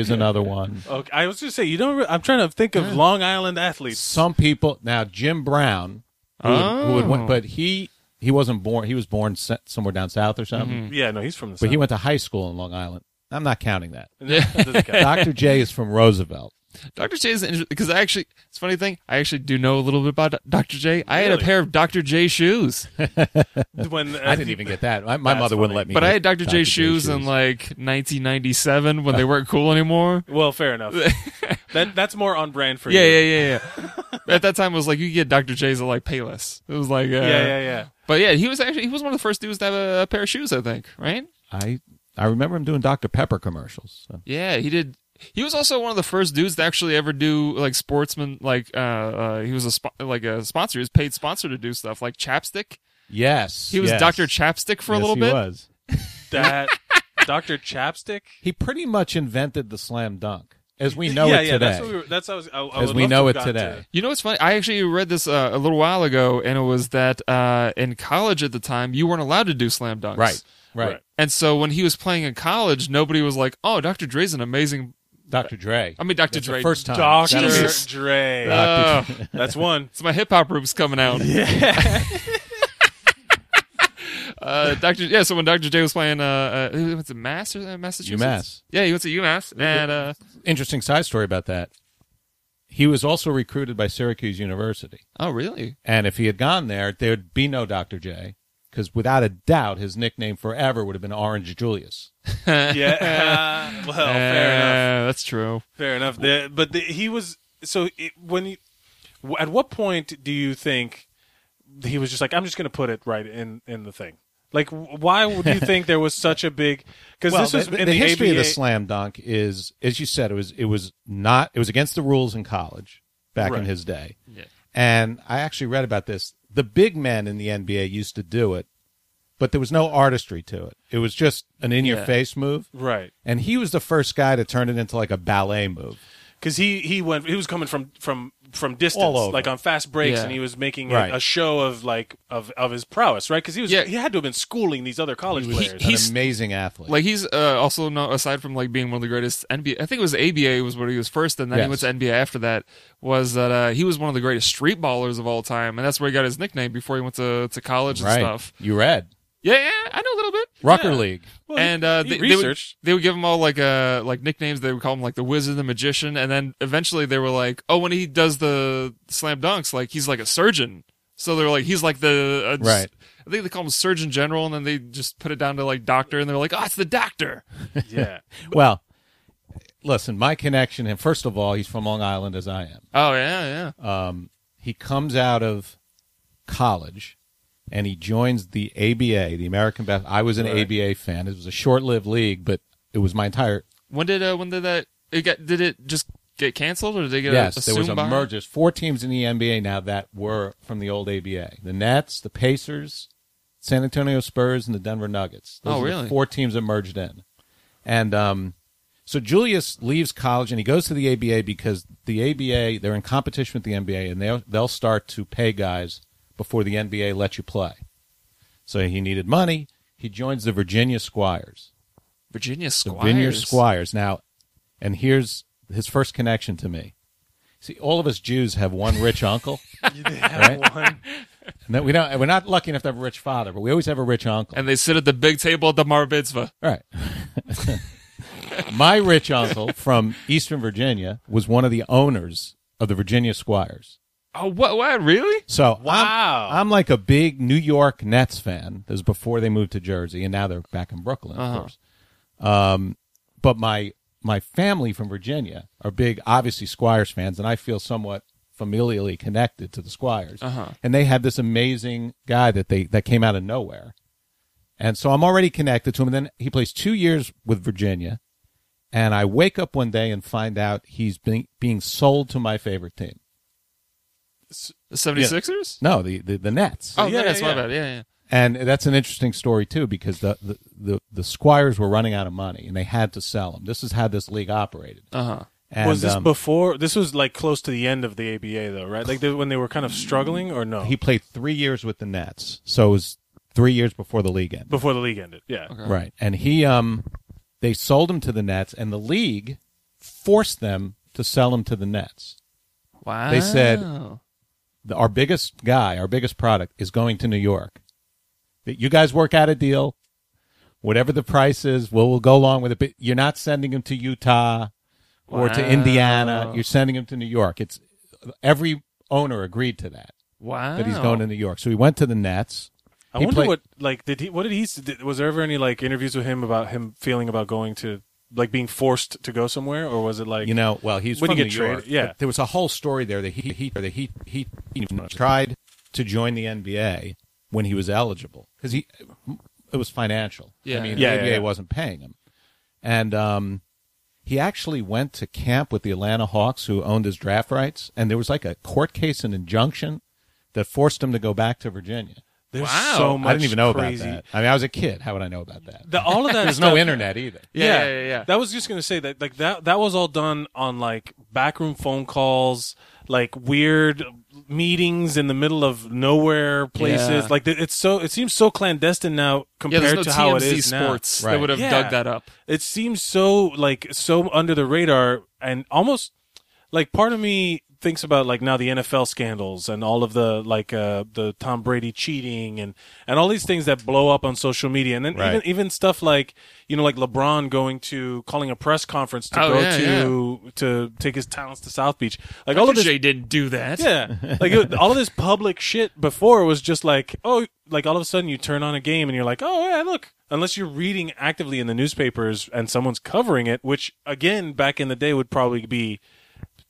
S4: is another one.
S2: Okay, I was just say you don't. Re- I'm trying to think of Long Island athletes.
S4: Some people now Jim Brown, who would, who would went-
S3: Oh.
S4: but he he wasn't born. He was born se- somewhere down south or something.
S3: Mm-hmm.
S2: Yeah, no, he's from the.
S4: But he went to high school in Long Island. I'm not counting that.
S2: went.
S4: Dr. J is from Roosevelt.
S3: Dr. J is interesting because I actually, it's a funny thing. I actually do know a little bit about Dr. J. I had a
S2: Really?
S3: pair of Dr. J shoes,
S2: when uh,
S4: I didn't even get that. My, my
S2: That's
S4: mother
S2: funny.
S4: wouldn't let me.
S3: but I
S4: get
S3: had Dr. J shoes
S4: and
S3: in like 1997 when they weren't cool anymore.
S2: Well, fair enough. that that's more on brand for
S3: Yeah,
S2: you.
S3: yeah, yeah, yeah. At that time, it was like you could get Dr. J's at like Payless. It was like, uh,
S2: yeah, yeah, yeah.
S3: But yeah, he was actually he was one of the first dudes to have a, a pair of shoes, I think, right?
S4: I I remember him doing Dr. Pepper commercials. So.
S3: Yeah, he did. He was also one of the first dudes to actually ever do like sportsman, like uh, uh he was a spo- like a sponsor, he was paid sponsor to do stuff like Chapstick.
S4: Yes,
S3: He was
S4: yes.
S3: Doctor Chapstick for a
S4: Yes,
S3: little
S4: he
S3: bit.
S4: Was.
S2: That Dr. Chapstick.
S4: He pretty much invented the slam dunk as we know
S2: yeah,
S4: it
S2: yeah.
S4: today.
S2: That's what we were, that's what I was. I, I
S4: as
S2: would
S4: we
S2: love
S4: know
S2: to
S4: it
S2: have got
S4: today.
S3: You know what's funny? I actually read this uh, a little while ago, and it was that uh, in college at the time you weren't allowed to do slam dunks,
S4: Right, right,
S2: Right.
S3: And so when he was playing in college, nobody was like, "Oh, Dr. Dre's an amazing."
S4: Dr. Dre.
S3: I mean, Dr.
S4: That's the
S3: Dre.
S4: first time.
S2: to. Dr.
S3: Jesus.
S2: Dre.
S3: Uh,
S2: that's one.
S3: it's my hip hop room's coming out. Yeah. uh, Doctor, yeah. So when Doctor J was playing, uh, uh, he went to Mass or uh, Massachusetts.
S4: UMass.
S3: Yeah, he went to UMass, and uh,
S4: Interesting side story about that. He was also recruited by Syracuse University.
S3: oh, really?
S4: And if he had gone there, there'd be no Dr. J, because without a doubt, his nickname forever would have been Orange Julius.
S2: Yeah. well, Oh, fair enough.
S3: Yeah, that's true.
S2: Fair enough. The, but the, he was so it, when he, w- at what point do you think he was just like I'm just going to put it right in in the thing? Like w- why would you think there was such a big because this was
S4: the,
S2: in
S4: the history
S2: ABA
S4: of the slam dunk is, as you said, it was it was not it was against the rules in college back
S2: Right.
S4: in his day.
S3: Yeah.
S4: And I actually read about this. The big men in the NBA used to do it, but there was no artistry to it. It was just an in-your-face move.
S2: right
S4: And he was the first guy to turn it into like a ballet move.
S2: because he he went he was coming from from from distance
S4: All over.
S2: like on fast breaks
S3: Yeah.
S2: and he was making a-
S4: Right.
S2: a, show of like of of his prowess right because he was
S3: Yeah.
S2: he had to have been schooling these other college players
S4: An
S3: He's-
S4: amazing athlete.
S3: Like he's uh, also no aside from like being one of the greatest NBA. I think it was ABA was what he was first, and then he
S4: Yes.
S3: went to NBA after that. Was that uh, he was one of the greatest street ballers of all time, and that's where he got his nickname before he went to, to college and
S4: right.
S3: stuff.
S4: You read.
S3: Yeah, yeah, I know a little bit.
S4: Rucker League.
S2: Well, he-
S3: and uh,
S2: he
S3: they, they would,
S2: researched
S3: they would give him all like uh like nicknames. They would call him like the wizard, the magician, and then eventually they were like, oh, when he does the slam dunks, like he's like a surgeon. So they're like, he's like the uh, just-
S4: Right.
S3: I think they call him surgeon general, and then they just put it down to like doctor, and they're like, oh, it's the doctor.
S2: yeah
S4: Well, listen, my connection, and first of all, he's from Long Island as I am. Um,
S3: Oh yeah, yeah.
S4: He comes out of college and he joins the ABA, the American Bas- I was an ABA fan. It was a short-lived league, but it was my entire
S3: When did uh, when did that? It got did it just get canceled or did it get
S4: yes,
S3: assumed
S4: there was a
S3: by?
S4: merger. There's Four teams in the NBA now that were from the old ABA: the Nets, the Pacers, San Antonio Spurs, and the Denver Nuggets. Those
S3: Oh,
S4: are the
S3: really?
S4: four teams that merged in, and um, so Julius leaves college and he goes to the ABA because the ABA they're in competition with the NBA and they'll they'll start to pay guys before the NBA lets you play. So he needed money. He joins the Virginia Squires.
S3: Virginia
S4: The
S3: Squires.
S4: Vineyard Squires. Now, and here's his first connection to me. See, all of us Jews have one rich uncle,
S2: have one.
S4: and that we don't. We're not lucky enough to have a rich father, but we always have a rich uncle.
S3: And they sit at the big table at the Mar Mitzvah.
S4: all right. My rich uncle from Eastern Virginia was one of the owners of the Virginia Squires.
S3: Oh, what? What? Really?
S4: So I'm-
S2: Wow.
S4: I'm, like a big New York Nets fan. This was before they moved to Jersey, and now they're back in Brooklyn, of course. Um, but my my family from Virginia are big, obviously Squires fans, and I feel somewhat familially connected to the Squires.
S3: Uh-huh.
S4: And they had this amazing guy that they that came out of nowhere, and so I'm already connected to him. And then he plays two years with Virginia, and I wake up one day and find out he's being being sold to my favorite team.
S3: The 76ers?
S4: No, the the, the Nets.
S3: Oh,
S2: Yeah,
S3: yeah, that's
S2: yeah,
S3: my
S2: yeah.
S3: bad. Yeah, yeah.
S4: And that's an interesting story too, because the, the, the, the squires were running out of money and they had to sell them. This is how this league operated.
S3: Uh huh.
S4: And,
S2: was this
S4: um,
S2: before? This was like close to the end of the ABA, though, right? Like they, when they were kind of struggling, or no?
S4: He played three years with the Nets, so it was three years before the league ended.
S2: before the league ended. Yeah.
S4: Right, and he um, they sold him to the Nets, and the league forced them to sell him to the Nets.
S3: Uh-huh. Wow.
S4: They said- The, our biggest guy, our biggest product, is going to New York. That you guys work out a deal, whatever the price is, we'll, we'll go along with it. But you're not sending him to Utah. or to Indiana.
S3: Wow.
S4: You're sending him to New York. It's every owner agreed to that
S3: Wow.
S4: that he's going to New York. So he went to the Nets.
S2: I
S4: He
S2: wonder
S4: played-
S2: what like did he? What did he? s- Did, was there ever any like interviews with him about him feeling about going to like being forced to go somewhere, or was it like
S4: You know, well, he's
S2: When
S4: from
S2: you
S4: New
S2: get
S4: York.
S2: traded, yeah.
S4: but there was a whole story there that he he that he he, he tried to join the NBA when he was eligible because he it was financial.
S3: Yeah.
S4: I mean,
S2: Yeah,
S4: the
S2: yeah,
S4: NBA
S2: yeah.
S4: wasn't paying him, and um, he actually went to camp with the Atlanta Hawks, who owned his draft rights, and there was like a court case and injunction that forced him to go back to Virginia.
S2: There's
S3: Wow.
S2: so much.
S4: I didn't even know
S2: crazy,
S4: about that. I mean, I was a kid. How would I know about that?
S2: The, all of that.
S4: There's
S2: stuff,
S4: no internet either.
S3: Yeah, yeah, yeah, yeah.
S2: That was just gonna say that like that that was all done on like backroom phone calls, like weird meetings in the middle of nowhere places.
S3: Yeah.
S2: Like th- it's so it seems so clandestine now
S3: yeah,
S2: compared
S3: there's no
S2: to
S3: TMZ
S2: how it is now.
S3: sports
S4: Right.
S3: that would have
S2: Yeah.
S3: dug that up.
S2: It seems so like so under the radar and almost like part of me thinks about like now the NFL scandals and all of the like uh the Tom Brady cheating and and all these things that blow up on social media and then
S4: Right.
S2: even even stuff like you know like LeBron going to calling a press conference to
S3: Oh,
S2: go
S3: yeah,
S2: to to take his talents to South Beach like all
S3: Dr.
S2: of this
S3: J didn't do that.
S2: yeah, like it, all of this public shit before was just like, oh, like all of a sudden you turn on a game and you're like, oh yeah, look. Unless you're reading actively in the newspapers and someone's covering it, which again back in the day would probably be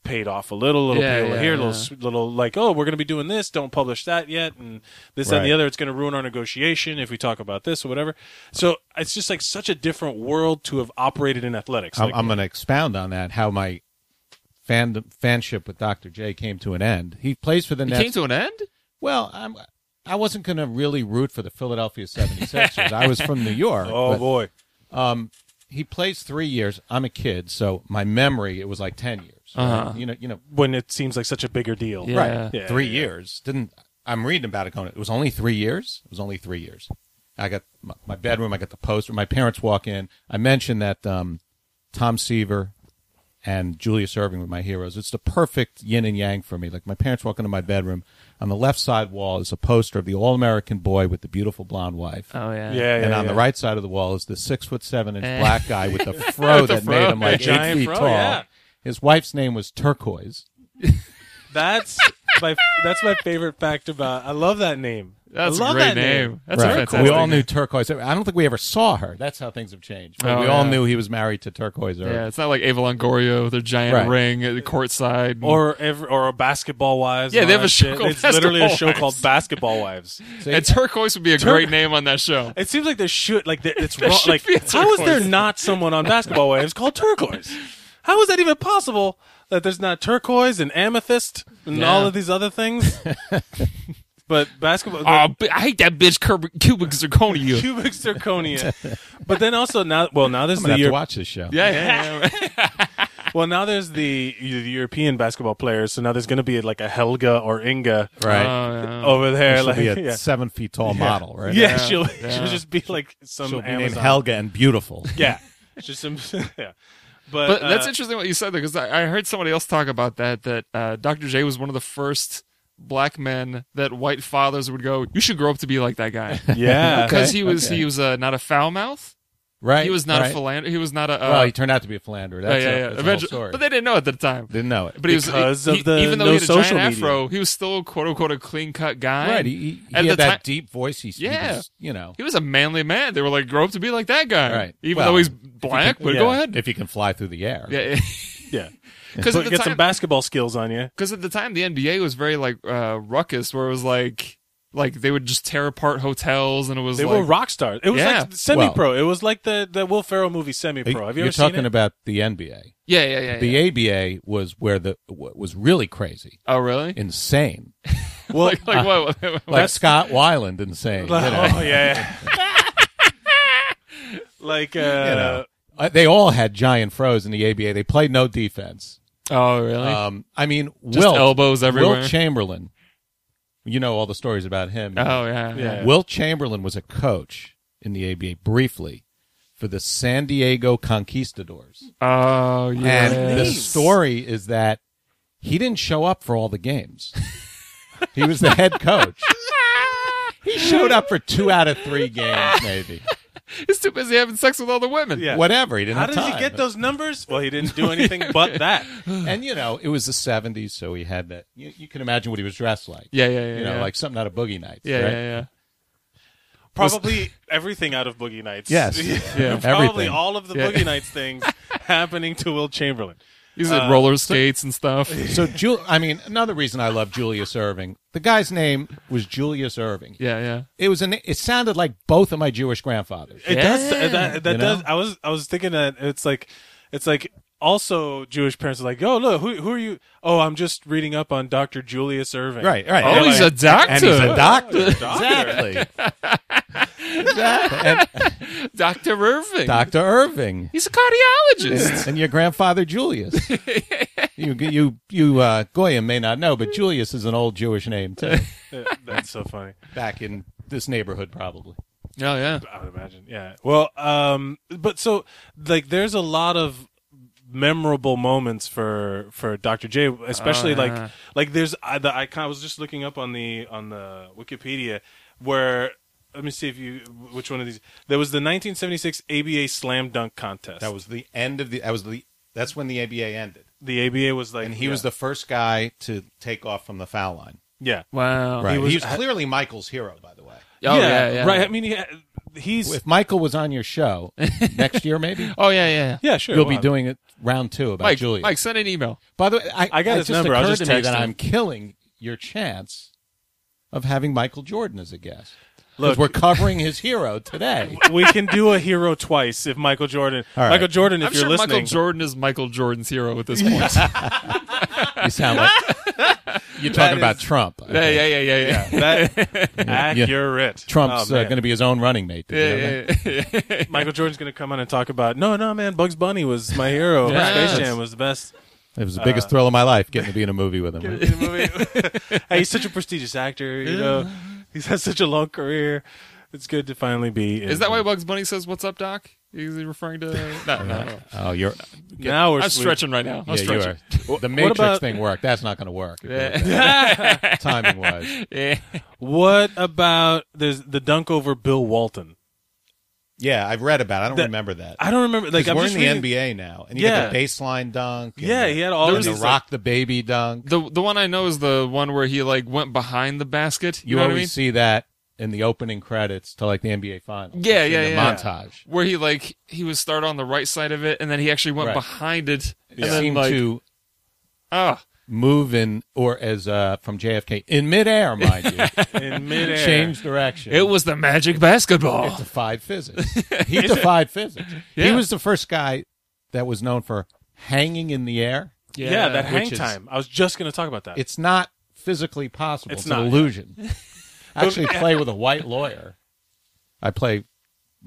S2: paid off a little, little
S3: Yeah,
S2: pay over
S3: yeah,
S2: here,
S3: yeah.
S2: little s- little like, oh, we're going to be doing this, don't publish that yet, and this that, and the
S4: Right.
S2: other. It's going to ruin our negotiation if we talk about this or whatever. So it's just like such a different world to have operated in athletics.
S4: I'm,
S2: Like,
S4: I'm going to expound on that. How my fan fanship with Dr. J came to an end. He plays for the
S3: It
S4: Nets.
S3: came to an end?
S4: well, I'm, I wasn't going to really root for the Philadelphia 76ers. I was from New York.
S2: oh
S4: but
S2: boy,
S4: He plays three years. I'm a kid, so my memory it was like ten years. right?
S3: Uh-huh.
S4: You know, you know,
S2: when it seems like such a bigger deal,
S3: Yeah.
S4: Right.
S2: Yeah,
S4: three
S2: yeah.
S4: years. Didn't I'm reading about it going, it was only three years? It was only three years. I got my, my bedroom, I got the poster. My parents walk in. I mentioned that um, Tom Seaver and Julius Irving were my heroes. It's the perfect yin and yang for me. Like my parents walk into my bedroom. On the left side wall is a poster of the all American boy with the beautiful blonde wife.
S3: Oh, yeah.
S2: yeah, yeah,
S4: and on the
S2: yeah.
S4: right side of the wall is the six foot seven inch
S3: Eh.
S4: black guy with the fro
S3: With the
S4: that
S3: fro,
S4: made him like
S2: the giant
S4: eight feet
S2: fro,
S4: tall.
S2: yeah.
S4: His wife's name was Turquoise.
S2: That's my that's my favorite fact about. I love that name.
S3: That's
S5: I
S3: a
S5: love
S3: great
S5: that name.
S3: name. That's a
S4: Right.
S3: fantastic.
S4: We all
S3: name.
S4: knew Turquoise. I don't think we ever saw her. That's how things have changed. But
S3: Oh,
S4: we all
S3: yeah.
S4: knew he was married to Turquoise. Earl.
S3: Yeah, it's not like Ava Longoria with her giant
S4: Right.
S3: ring at the courtside.
S2: Or every, or basketball wives.
S3: Yeah,
S2: and
S3: they
S2: all
S3: have a
S2: that
S3: show
S2: shit.
S3: called
S2: It's literally a
S3: Basketball
S2: show
S3: Wives.
S2: called Basketball Wives.
S4: See?
S3: and turquoise would be a great name on that show.
S2: It seems like there should like there, it's wrong.
S3: should
S2: Like
S3: be a
S2: how is there
S3: turquoise.
S2: not someone on Basketball Wives called Turquoise? How is that even possible that there's not turquoise and amethyst and
S3: Yeah.
S2: all of these other things? but basketball.
S3: Oh, bi- I hate that bitch Cur- cubic zirconia.
S2: cubic zirconia. but then also now, well now there's
S4: I'm
S2: the
S4: gonna have to
S2: Euro-
S4: watch this show.
S3: yeah, yeah, yeah.
S2: well now there's the, the European basketball players. So now there's going to be like a Helga or Inga
S4: Right.
S3: Oh,
S2: over there.
S4: She'll
S2: Like
S4: be a
S2: yeah,
S4: seven feet tall model, right?
S2: yeah, she'll
S3: Yeah.
S2: she'll just be like some
S4: She'll be named
S2: Amazon.
S4: Helga and beautiful.
S2: Yeah, just some yeah. But,
S3: But that's
S2: uh,
S3: interesting what you said there because I, I heard somebody else talk about that. That uh, Dr. J was one of the first black men that white fathers would go, "You should grow up to be like that guy,"
S2: Yeah,
S3: because
S4: Okay,
S3: he was
S4: okay.
S3: he was uh, not a foul mouth.
S4: Right.
S3: He was not
S4: right.
S3: a philanderer. He was not a. Uh,
S4: well, he turned out to be a philanderer.
S3: yeah,
S4: That's
S3: yeah,
S4: a,
S3: yeah.
S4: that's a whole
S3: Eventually-
S4: story.
S3: but they didn't know at the time.
S4: Didn't know it.
S3: But he was
S2: Because
S3: he-
S2: of
S3: he-
S2: the
S3: even though
S2: no
S3: he had a
S2: social
S3: giant
S2: media.
S3: afro, he was still quote unquote a clean cut guy.
S4: right. He, he, he
S3: At
S4: had
S3: the
S4: that
S3: ti-
S4: deep voice. He's, he
S3: Yeah.
S4: was, you know,
S3: He was a manly man. They were like, grow up to be like that guy.
S4: Right.
S3: Even
S4: Well,
S3: though he's black, but
S2: yeah.
S3: go ahead.
S4: if he can fly through the air.
S3: yeah.
S2: yeah.
S3: Because
S2: Put-
S3: at, the
S2: get some
S3: time,
S2: basketball skills on you.
S3: 'cause at the time, the NBA was very like uh, ruckus, where it was like, like they would just tear apart hotels, and it was
S2: They
S3: like,
S2: were rock stars. It was
S3: Yeah.
S2: like semi pro. it was like the, the Will Ferrell movie semi pro. Have you
S4: You're
S2: ever seen
S4: talking
S2: it?
S4: about the NBA.
S3: yeah, yeah, yeah. yeah.
S4: The ABA was where the w- was really crazy,
S3: oh, really?
S4: insane,
S2: well,
S3: like, like what? what-
S4: like Scott Weiland insane. you know?
S2: oh yeah, yeah. like uh,
S4: You know, uh, they all had giant froze in the ABA. They played no defense.
S3: oh, really?
S2: uh,
S4: Um, I mean,
S3: Just
S4: Wilt,
S3: elbows everywhere.
S4: Wilt Chamberlain. You know all the stories about him.
S3: oh, yeah.
S2: Yeah.
S4: Wilt Chamberlain was a coach in the ABA briefly for the San Diego Conquistadors.
S3: Oh, yeah.
S4: And the story is that he didn't show up for all the games. he was the head coach. He showed up for two out of three games, maybe.
S3: He's too busy having sex with all the women.
S2: Yeah.
S4: Whatever. He didn't
S2: how
S4: have
S2: did
S4: time.
S2: he get those numbers? Well, he didn't do anything but that.
S4: And you know, it was the '70s, so he had that. You, you can imagine what he was dressed like.
S3: Yeah, yeah, yeah.
S4: you know,
S3: yeah.
S4: like something out of Boogie Nights.
S3: yeah,
S4: right?
S3: yeah, yeah.
S2: Probably everything out of Boogie Nights.
S4: Yes.
S2: yeah. Probably
S4: Everything.
S2: all of the
S3: Yeah.
S2: Boogie Nights things happening to Will Chamberlain.
S3: He's at roller skates and stuff.
S4: So, Ju- I mean, another reason I love Julius Irving. The guy's name was Julius Irving.
S3: Yeah, yeah.
S4: It was an. It sounded like both of my Jewish grandfathers.
S2: It does. uh,
S3: Yeah.
S2: That, that
S4: You know?
S2: does. I was I was thinking that it's like it's like also Jewish parents are like, oh look, who who are you? Oh, I'm just reading up on Dr. Julius Irving.
S4: Right, right.
S3: Oh,
S4: And
S3: he's a
S4: like-
S3: doctor.
S4: and he's a doctor.
S2: doctor.
S4: Exactly. exactly. And
S3: Dr. Irving.
S4: Doctor Irving.
S3: He's a cardiologist.
S4: and your grandfather Julius. you you you uh, Goyim may not know, but Julius is an old Jewish name too.
S2: Yeah, "Uh, That's so funny.
S4: Back in this neighborhood, probably.
S3: Oh, yeah.
S2: I would imagine. Yeah. Well, um, but so like, there's a lot of memorable moments for for Dr. J, especially
S3: Oh, yeah.
S2: like like there's uh, the icon. I was just looking up on the on the Wikipedia where. Let me see if you which one of these. There was the 1976 ABA slam dunk contest.
S4: That was the end of the. That was the. That's when the ABA ended,
S2: the ABA was like,
S4: and he
S2: yeah.
S4: was the first guy to take off from the foul line.
S2: yeah.
S3: Wow.
S4: He was,
S2: was-
S4: clearly Michael's hero, by the way.
S3: Oh, yeah, yeah.
S2: right. I mean, he, he's
S4: If Michael was on your show next year, maybe
S3: Oh, yeah, yeah.
S2: yeah, sure.
S4: you'll be
S2: well,
S4: doing it round two about
S3: Mike,
S4: Julius.
S3: Mike, send an email.
S4: By the way, I,
S2: I got
S4: it
S2: his
S4: just
S2: number. I'll
S4: Occurred
S2: just
S4: to me
S2: text
S4: that
S2: him.
S4: I'm killing your chance of having Michael Jordan as a guest. Because
S2: Look.
S4: we're covering his hero today.
S2: we can do a hero twice if Michael Jordan.
S4: All right.
S2: Michael Jordan, if
S3: I'm
S2: you're
S3: sure
S2: listening,
S3: Michael Jordan is Michael Jordan's hero at this point. yeah,
S4: You sound like you're talking about Trump. I
S3: yeah,
S4: think.
S3: yeah, yeah, yeah.
S2: that accurate.
S4: Trump's
S2: Oh,
S4: uh,
S2: man.
S4: going to be his own running mate. Did you know
S3: Yeah,
S4: that?
S3: yeah, yeah, yeah.
S2: Michael Jordan's gonna come on and talk about no, no, man. Bugs Bunny was my hero.
S3: Yeah.
S2: Space Jam was the best.
S4: It was the biggest thrill of my life getting to be in a movie with him.
S2: In the movie. hey, he's such a prestigious actor. You know, he's had such a long career. It's good to finally be. in-
S3: Is that why Bugs Bunny says, What's up, Doc? Is he referring to. No, no. no.
S4: Oh, you're
S2: Now we're
S3: I'm
S2: sweet.
S3: stretching right now. I'm
S4: yeah, you
S3: stretching.
S4: are. The Matrix
S2: about-
S4: thing worked. That's not going to work. Timing wise,
S3: Yeah.
S2: What about there's the dunk over Bill Walton?
S4: yeah, I've read about. it. I don't
S2: That-
S4: remember that.
S2: I don't remember. Like
S4: 'Cause
S2: I'm
S4: we're
S2: just
S4: in the
S2: reading-
S4: NBA now, and you got the
S2: Yeah.
S4: baseline dunk. and
S2: Yeah,
S4: the-
S2: he had all
S4: and
S2: of
S4: the
S2: these,
S4: rock the baby dunk.
S3: The, the one I know is the one where he like went behind the basket. You,
S4: You
S3: know
S4: always
S3: what I mean?
S4: see that in the opening credits to like the NBA Finals.
S3: Yeah,
S4: It's in
S3: yeah,
S4: the
S3: yeah.
S4: Montage.
S3: where he like he would start on the right side of it and then he actually went
S4: Right.
S3: behind it and
S4: It
S3: then
S4: seemed
S3: like
S4: to
S3: ah
S4: move in, or as uh, from JFK, in midair, mind you,
S2: in midair.
S4: change direction.
S3: it was the magic basketball.
S2: Oh.
S4: It defied physics. He defied physics. He
S3: Yeah.
S4: was the first guy that was known for hanging in the air.
S2: Yeah, that hang
S4: which is-
S2: time. I was just going to talk about that.
S4: It's not physically possible.
S2: It's
S4: It's,
S2: not.
S4: an illusion. I actually play with a white lawyer. I play,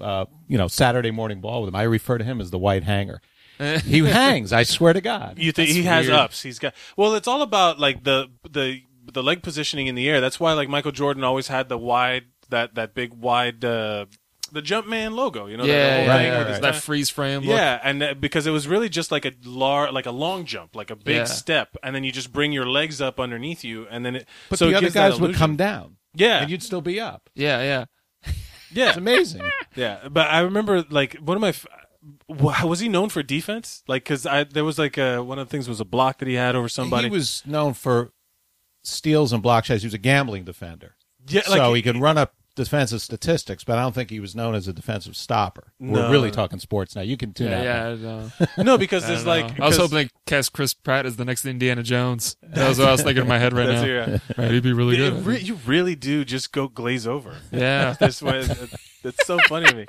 S4: uh, you know, Saturday morning ball with him. I refer to him as the white hanger. he hangs. I swear to God.
S2: you think he has ups? He's got. Well, it's all about like the the the leg positioning in the air. That's why like Michael Jordan always had the wide that that big wide uh, the Jumpman logo. You know, that- the
S3: yeah,
S2: whole
S3: yeah,
S4: right,
S2: thing
S4: right,
S2: with
S4: right.
S2: his
S3: that
S2: knife.
S3: freeze frame. Look.
S2: Yeah, and uh, because it was really just like a lar- like a long jump, like a big
S3: Yeah.
S2: step, and then you just bring your legs up underneath you, and then it.
S4: But
S2: so it
S4: the other
S2: gives that
S4: guys would
S2: illusion.
S4: come down.
S2: Yeah.
S4: and you'd still be up.
S3: yeah, yeah.
S2: Yeah,
S4: It's amazing.
S2: Yeah, but I remember like one of my. F- wa- was he known for defense? Like, because I there was like uh one of the things was a block that he had over somebody.
S4: He was known for steals and block shots. He was a gambling defender.
S2: yeah, like,
S4: so he could run up defensive statistics, but I don't think he was known as a defensive stopper.
S2: No.
S4: We're really talking sports now. You can tune
S3: Yeah,
S4: out.
S3: yeah, I know.
S2: no, because
S3: I don't
S2: there's
S3: know.
S2: like
S3: I was
S2: because-
S3: hoping to cast Chris Pratt as the next Indiana Jones. That was what I was thinking in my head right
S2: that's-
S3: now.
S2: yeah.
S3: Right, he'd be really
S2: It
S3: good.
S2: re- you really do just go glaze over.
S3: yeah,
S2: That's why that's so funny to me.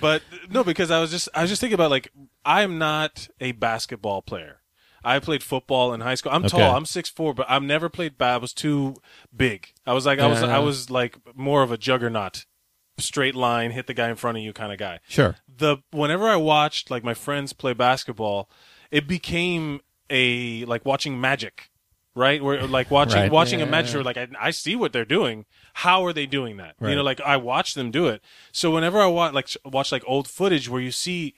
S2: But no, because I was just I was just thinking about like I'm not a basketball player. I played football in high school. I'm
S4: Okay.
S2: tall. I'm six four, but I've never played bad. I was too big. I was like I was
S3: Yeah.
S2: I was like more of a juggernaut, straight line, hit the guy in front of you kind of guy
S4: Sure.
S2: the whenever I watched like my friends play basketball, it became a like watching magic, right? Where like watching
S4: Right.
S2: watching a
S3: Yeah.
S2: match where like I, I see what they're doing. How are they doing that? You
S4: Right.
S2: know, like I watch them do it. So whenever I watch like watch like old footage where you see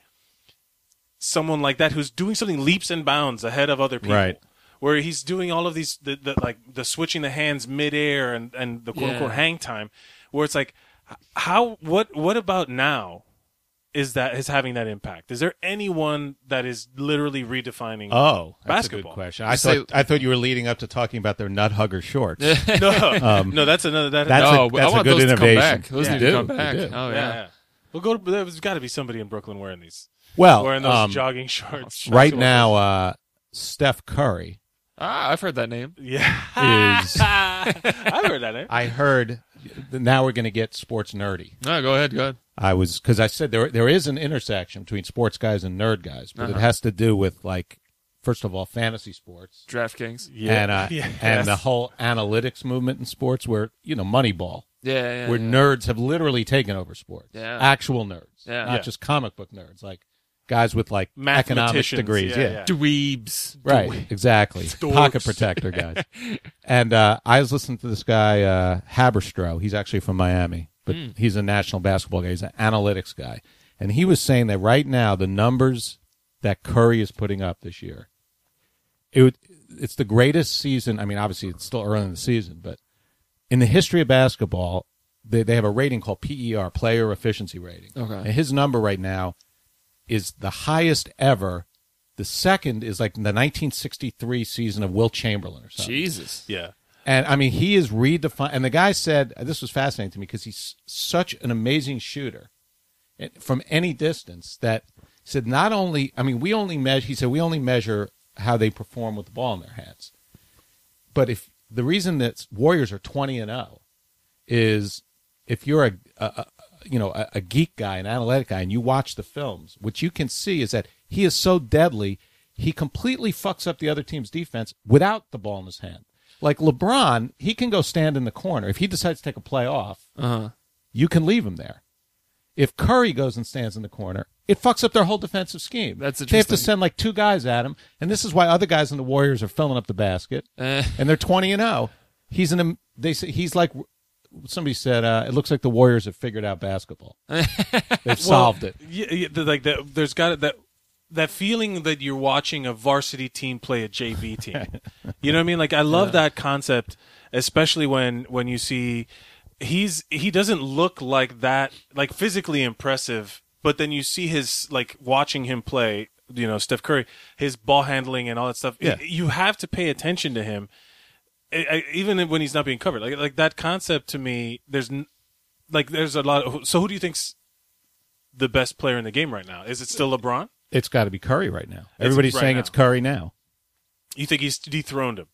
S2: someone like that who's doing something leaps and bounds ahead of other people.
S4: Right.
S2: Where he's doing all of these, the, the, like the switching the hands midair and and the quote unquote
S3: Yeah.
S2: hang time, where it's like, h- how what what about now is that is having that impact? Is there anyone that is literally redefining?
S4: Oh, that's
S2: Basketball.
S4: a good question. I
S3: Just say-
S4: thought I thought you were leading up to talking about their nut hugger shorts. that's
S2: no, no, that's another. That,
S4: a,
S3: Oh, I
S4: Um, that's a
S3: want
S4: good
S3: those
S4: innovation.
S3: to come back. Those
S2: Yeah.
S3: need
S4: They
S3: to come
S4: do, they
S3: back.
S4: do.
S3: Oh
S2: yeah.
S3: yeah.
S2: yeah. Well, go to. There's got to be somebody in Brooklyn wearing these,
S4: Well,
S2: wearing those
S4: um,
S2: jogging shorts
S4: right now, uh, Steph Curry
S3: Ah, I've heard that name.
S2: Yeah,
S4: is.
S2: I heard that. Eh?
S4: I heard. Now we're going to get sports nerdy.
S3: No, go ahead, go ahead.
S4: I was because I said there there is an intersection between sports guys and nerd guys, but it has to do with like first of all fantasy sports
S3: DraftKings.
S2: Yeah.
S4: and uh,
S2: Yeah.
S4: and the whole analytics movement in sports, where you know Moneyball,
S3: Yeah, yeah.
S4: where
S3: yeah.
S4: nerds have literally taken over sports,
S3: Yeah.
S4: actual nerds,
S3: Yeah.
S4: not
S2: Yeah.
S4: just comic book nerds, like guys with like economics
S2: Mathematicians,
S4: degrees,
S2: yeah, yeah.
S3: Dweebs.
S4: Right, exactly.
S3: Dorks.
S4: Pocket protector guys. and uh, I was listening to this guy uh, Haberstroh. He's actually from Miami, but he's a national basketball guy. He's an analytics guy, and he was saying that right now the numbers that Curry is putting up this year, it would, it's the greatest season. I mean, obviously it's still early in the season, but in the history of basketball, they they have a rating called PER, player efficiency rating.
S3: Okay.
S4: and his number right now is the highest ever. The second is like the 1963 season of Will Chamberlain or something.
S3: Jesus.
S2: yeah,
S4: And I mean, he is redefined. And the guy said this was fascinating to me because he's such an amazing shooter eh, from any distance that he said not only I mean we only measure he said we only measure how they perform with the ball in their hands. But if the reason that Warriors are 20 and 0 is if you're a, a, a you know a, a geek guy an analytic guy and you watch the films what you can see is that he is so deadly he completely fucks up the other team's defense without the ball in his hand like lebron he can go stand in the corner if he decides to take a play off
S3: Uh-huh.
S4: you can leave him there if curry goes and stands in the corner it fucks up their whole defensive scheme
S3: That's
S4: they have to
S3: interesting.
S4: send like two guys at him and this is why other guys in the warriors are filling up the basket
S3: Eh.
S4: and they're 20 and 0 he's an am- they say he's like somebody said uh, it looks like the warriors have figured out basketball they've solved it
S2: yeah, yeah, the- like the, there's got that that feeling that you're watching a varsity team play a JV team. you know what I mean? Like I love that concept, especially when when you see he's he doesn't look like that like physically impressive, but then you see his like watching him play. You know, Steph Curry, his ball handling and all that stuff.
S4: Yeah.
S2: You have to e, pay attention to him I, I, even when he's not being covered. Like like that concept to me, there's n- like there's a lot of so who do you think's the best player in the game right now? Is it still LeBron?
S4: It's got to be Curry right now. Everybody's
S2: right
S4: saying
S2: now.
S4: it's Curry now.
S2: You think he's dethroned him?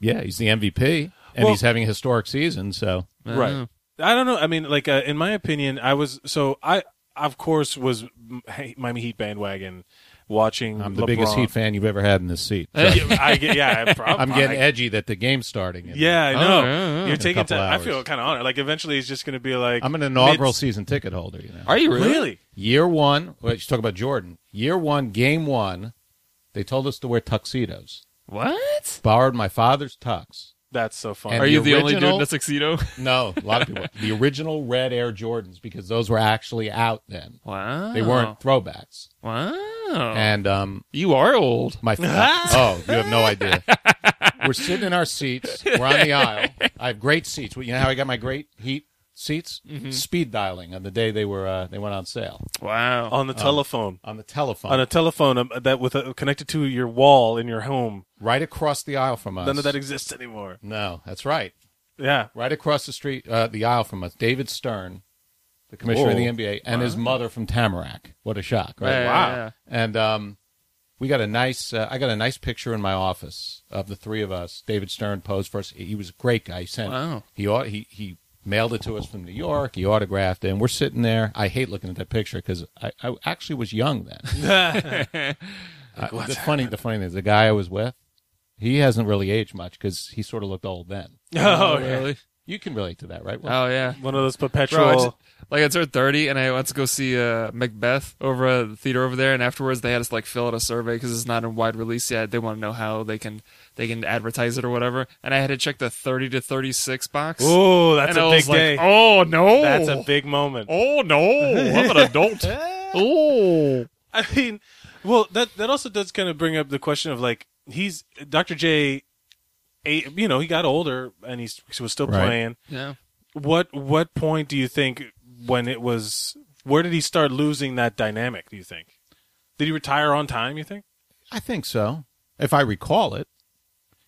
S4: Yeah, he's the MVP, and
S2: Well-
S4: he's having a historic season. So
S3: Uh-huh.
S2: right. I don't know. I mean, like uh, in my opinion, I was so I of course was m- hey, Miami Heat bandwagon watching.
S4: I'm the
S2: Mm, LeBron.
S4: biggest Heat fan you've ever had in this seat. So
S2: Yeah, I get, yeah, I'm, prob-
S4: I'm getting
S2: I-
S4: edgy that the game's starting. and
S2: Yeah, I know.
S3: Oh, yeah, yeah.
S2: You're
S4: a
S2: taking
S4: couple
S2: time. I
S4: hours.
S2: feel kind of honored. Like eventually, he's just going to be like
S4: I'm an inaugural
S2: mid-
S4: season ticket holder. You know,
S3: Are you really?
S2: Really?
S4: year one. Well, you talk about Jordan. Year one, game one. They told us to wear tuxedos.
S3: What?
S4: Borrowed my father's tux.
S2: That's so fun.
S4: And
S3: Are you the only dude
S4: original-
S3: in a tuxedo?
S4: No, a lot of people. the original red Air Jordans because those were actually out then.
S3: Wow.
S2: Oh.
S4: They weren't throwbacks.
S3: Wow.
S4: And um,
S3: you are old.
S4: My oh, you have no idea. We're sitting in our seats. We're on the aisle. I have great seats. You know how I got my great heat seats?
S2: Mm-hmm.
S4: Speed dialing on the day they were uh, they went on sale
S3: Wow.
S4: Oh,
S2: on the
S4: um,
S2: telephone,
S4: on the telephone,
S2: on a telephone um, that with a, connected to your wall in your home.
S4: right across the aisle from us.
S2: None of that exists anymore.
S4: no, that's right.
S2: Yeah.
S4: Right across the street, uh, the aisle from us. David Stern, the commissioner
S2: Whoa.
S4: of the NBA, and his mother from Tamarack. What a shock! Right?
S3: Yeah,
S2: wow.
S3: yeah, yeah.
S4: And um, we got a nice. Uh, I got a nice picture in my office of the three of us. David Stern posed for us. He was a great guy. He sent.
S3: Wow.
S4: He au- he he mailed it to us from New York. He autographed it, and we're sitting there. I hate looking at that picture because I, I actually was young then. Uh, the funny the funny thing is the guy I was with, he hasn't really aged much because he sort of looked old then.
S2: Oh,
S3: Oh, really?
S4: You can relate to that, right? Will?
S3: Oh, yeah.
S2: One of those
S3: Bro, I
S2: perpetual.
S3: just- like I turned 30 and I went to go see uh, Macbeth over at the theater over there and afterwards they had us like fill out a survey because it's not in wide release yet. They want to know how they can they can advertise it or whatever. And I had to check the 30 to 36 box.
S2: oh, that's
S3: and I
S2: a big
S3: was like,
S2: day.
S3: oh no.
S2: That's a big moment.
S3: Oh no. I'm an adult. oh.
S2: I mean, well, that that also does kind of bring up the question of like he's Dr. J. a- You know, he got older and he's, he was still
S4: Right.
S2: playing.
S3: Yeah.
S2: What what point do you think when it was? Where did he start losing that dynamic? Do you think? Did he retire on time? You think?
S4: I think so. If I recall it,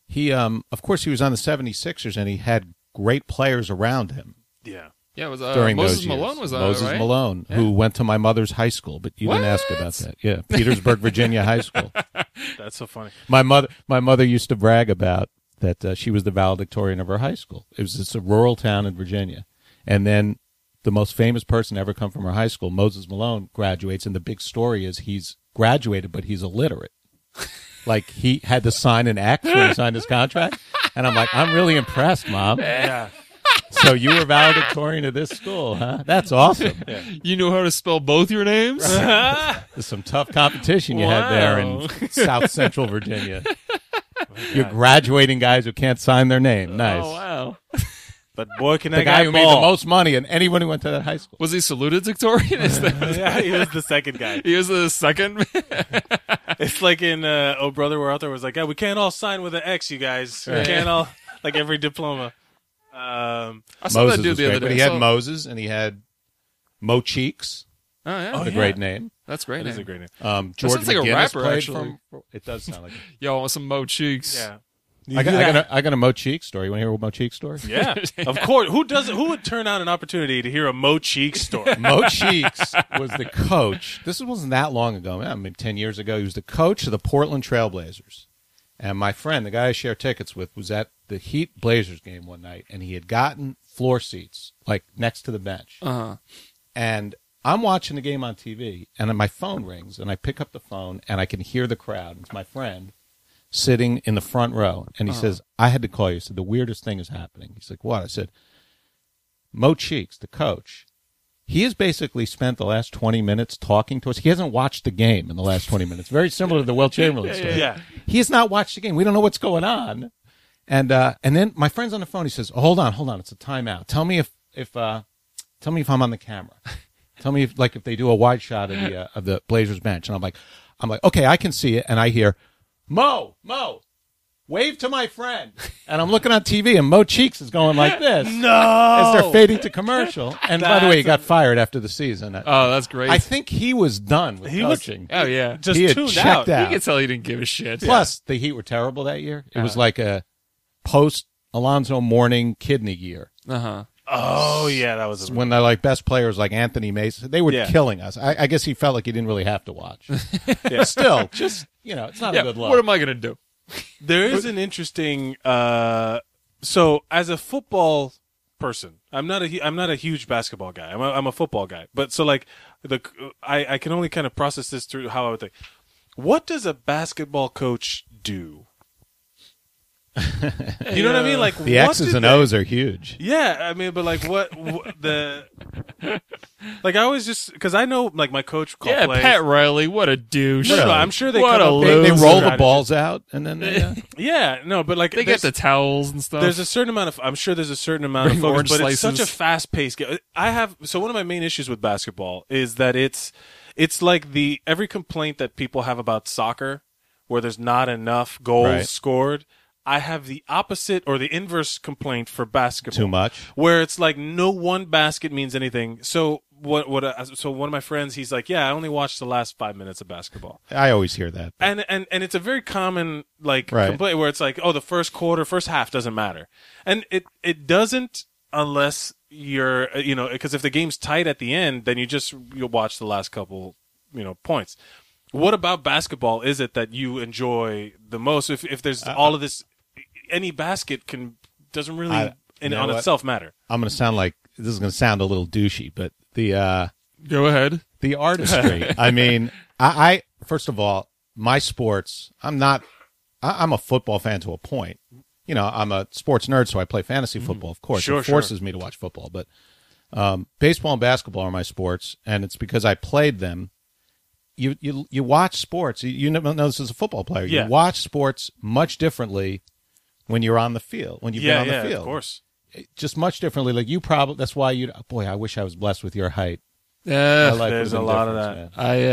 S4: he um of course he was on the 76ers and he had great players around him.
S2: Yeah.
S3: Yeah, it was uh,
S4: during
S3: Moses
S4: those years.
S3: Malone was on it,
S4: Moses
S3: right?
S4: Malone, who went to my mother's high school, but you didn't ask about that. Yeah, Petersburg, Virginia High School.
S2: That's so funny.
S4: My mother, my mother used to brag about that uh, she was the valedictorian of her high school. It was it's a rural town in Virginia, and then the most famous person to ever come from her high school, Moses Malone, graduates, and the big story is he's graduated, but he's illiterate. like he had to sign an act when he signed his contract, and I'm like, I'm really impressed, mom.
S2: Yeah.
S4: So you were valedictorian of this school, huh? That's awesome.
S3: You knew how to spell both your names?
S4: There's some tough competition you had there in South Central Virginia. You're graduating guys who can't sign their name. Nice.
S3: Oh wow.
S2: But boy, can
S4: The
S2: that
S4: guy who made the
S2: ball.
S4: most money and anyone who went to that high school.
S3: Was he saluted Victorian? Is that-
S2: yeah, he was the second guy.
S3: he was the second
S2: It's like in uh, Oh Brother, We're Out There was like, yeah, we can't all sign with an X, you guys. We can't all like every diploma. Um,
S3: I saw that dude
S4: was
S3: the other
S4: great,
S3: day.
S4: but he
S3: I
S4: had
S3: saw-
S4: Moses and he had Mo Cheeks,
S3: Oh yeah,
S4: a
S2: yeah.
S4: great name.
S3: that's great.
S2: that is
S3: name.
S2: a great name.
S4: Um,
S3: That
S4: George
S3: sounds like a
S4: McGinnis
S3: rapper,
S4: played
S3: actually.
S4: for- it does sound like.
S3: Yo, I want some Mo cheeks.
S2: Yeah.
S4: I got, I got a, I got a Mo Cheeks story. You want to hear a Mo Cheeks story?
S2: Yeah, of course. Who does? Who would turn down an opportunity to hear a Mo Cheek story?
S4: Mo Cheeks was the coach. This wasn't that long ago, man. I mean, 10 years ago. He was the coach of the Portland Trailblazers. And my friend, the guy I share tickets with, was at the Heat Blazers game one night, and he had gotten floor seats, like next to the bench.
S3: Uh-huh.
S4: And I'm watching the game on TV, and then my phone rings, and I pick up the phone, and I can hear the crowd. It's my friend sitting in the front row, and
S2: Uh-huh.
S4: he says, I had to call you. He said, The weirdest thing is happening. He's like, What? I said, Mo Cheeks, the coach, he has basically spent the last 20 minutes talking to us. He hasn't watched the game in the last 20 minutes. Very similar to the Will Chamberlain story.
S2: yeah.
S4: He has not watched the game. We don't know what's going on. And uh, and then my friend's on the phone. He says, oh, "Hold on, hold on. It's a timeout. Tell me if if uh, tell me if I'm on the camera. Tell me if like if they do a wide shot of the uh, of the Blazers bench." And I'm like, I'm like, okay, I can see it. And I hear, Mo, Mo, wave to my friend. And I'm looking on TV, and Mo Cheeks is going like this as they're fading to commercial. And by the way, he got fired after the season.
S3: Oh, that's great.
S4: I think he was done with
S2: He was-
S4: coaching.
S3: oh yeah.
S2: Just
S4: He had
S2: tuned out.
S4: checked out.
S3: you can tell he didn't give a shit.
S4: Plus, the Heat were terrible that year. It was like a post Alonzo Mourning kidney year.
S3: Uh huh.
S2: Oh yeah, that was
S4: when the like best players like Anthony Mason, they were
S2: Yeah.
S4: killing us. I, I guess he felt like he didn't really have to watch.
S2: Yeah.
S4: Still, just you know, it's not
S3: yeah,
S4: a good look.
S3: what am I gonna do?
S2: There is an interesting. Uh, so as a football person, I'm not a hu- I'm not a huge basketball guy. I'm a, I'm a football guy. But so like the I I can only kind of process this through how I would think. What does a basketball coach do? you know what I mean? Like
S4: the
S2: what
S4: X's
S2: did
S4: and
S2: they-
S4: O's are huge.
S2: yeah, I mean, but like what, what the like I always just because I know like my coach called
S3: Yeah,
S2: plays.
S3: Pat Riley, what a douche.
S2: No, no, no, I'm sure they
S3: What
S2: come
S3: a
S2: up-
S4: They, they
S3: Those
S4: roll the
S2: strategies.
S4: balls out and then they, uh,
S2: Yeah, no, but like
S3: They
S2: there's-
S3: get the towels and stuff.
S2: There's a certain amount of I'm sure there's a certain amount
S3: Bring
S2: of focus,
S3: orange
S2: but it's such
S3: slices.
S2: a fast paced game. I have so one of my main issues with basketball is that it's it's like the every complaint that people have about soccer where there's not enough goals
S4: Right.
S2: scored. I have the opposite or the inverse complaint for basketball
S4: too much.
S2: where it's like no one basket means anything. So what what uh, so one of my friends he's like, "Yeah, I only watched the last 5 minutes of basketball."
S4: I always hear that.
S2: and and and it's a very common like
S4: Right.
S2: complaint where it's like oh the first quarter first half doesn't matter and it it doesn't unless you're uh, you know because if the game's tight at the end then you just you watch the last couple you know points what about basketball is it that you enjoy the most if if there's all of this any basket can doesn't really
S4: I-
S2: in
S4: you know
S2: on
S4: what?
S2: itself matter
S4: I'm going to sound like this is going to sound a little douchey, but the uh,
S3: Go ahead.
S4: the artistry. I mean, I, I first of all, my sports. I'm not. I, I'm a football fan to a point. You know, I'm a sports nerd, so I play fantasy football. Of course,
S2: Mm-hmm. Sure,
S4: it
S2: sure.
S4: forces me to watch football. But um, baseball and basketball are my sports, and it's because I played them. You you you watch sports. You, you know this as a football player.
S2: Yeah.
S4: You watch sports much differently when you're on the field. When you've
S2: yeah
S4: been on
S2: yeah
S4: the field,
S2: of course
S4: just much differently. Like you probably that's why you boy, I wish I was blessed with your height. My
S3: Yeah,
S4: life
S2: There's
S4: would've been
S2: a lot of
S4: different,
S2: that.
S3: I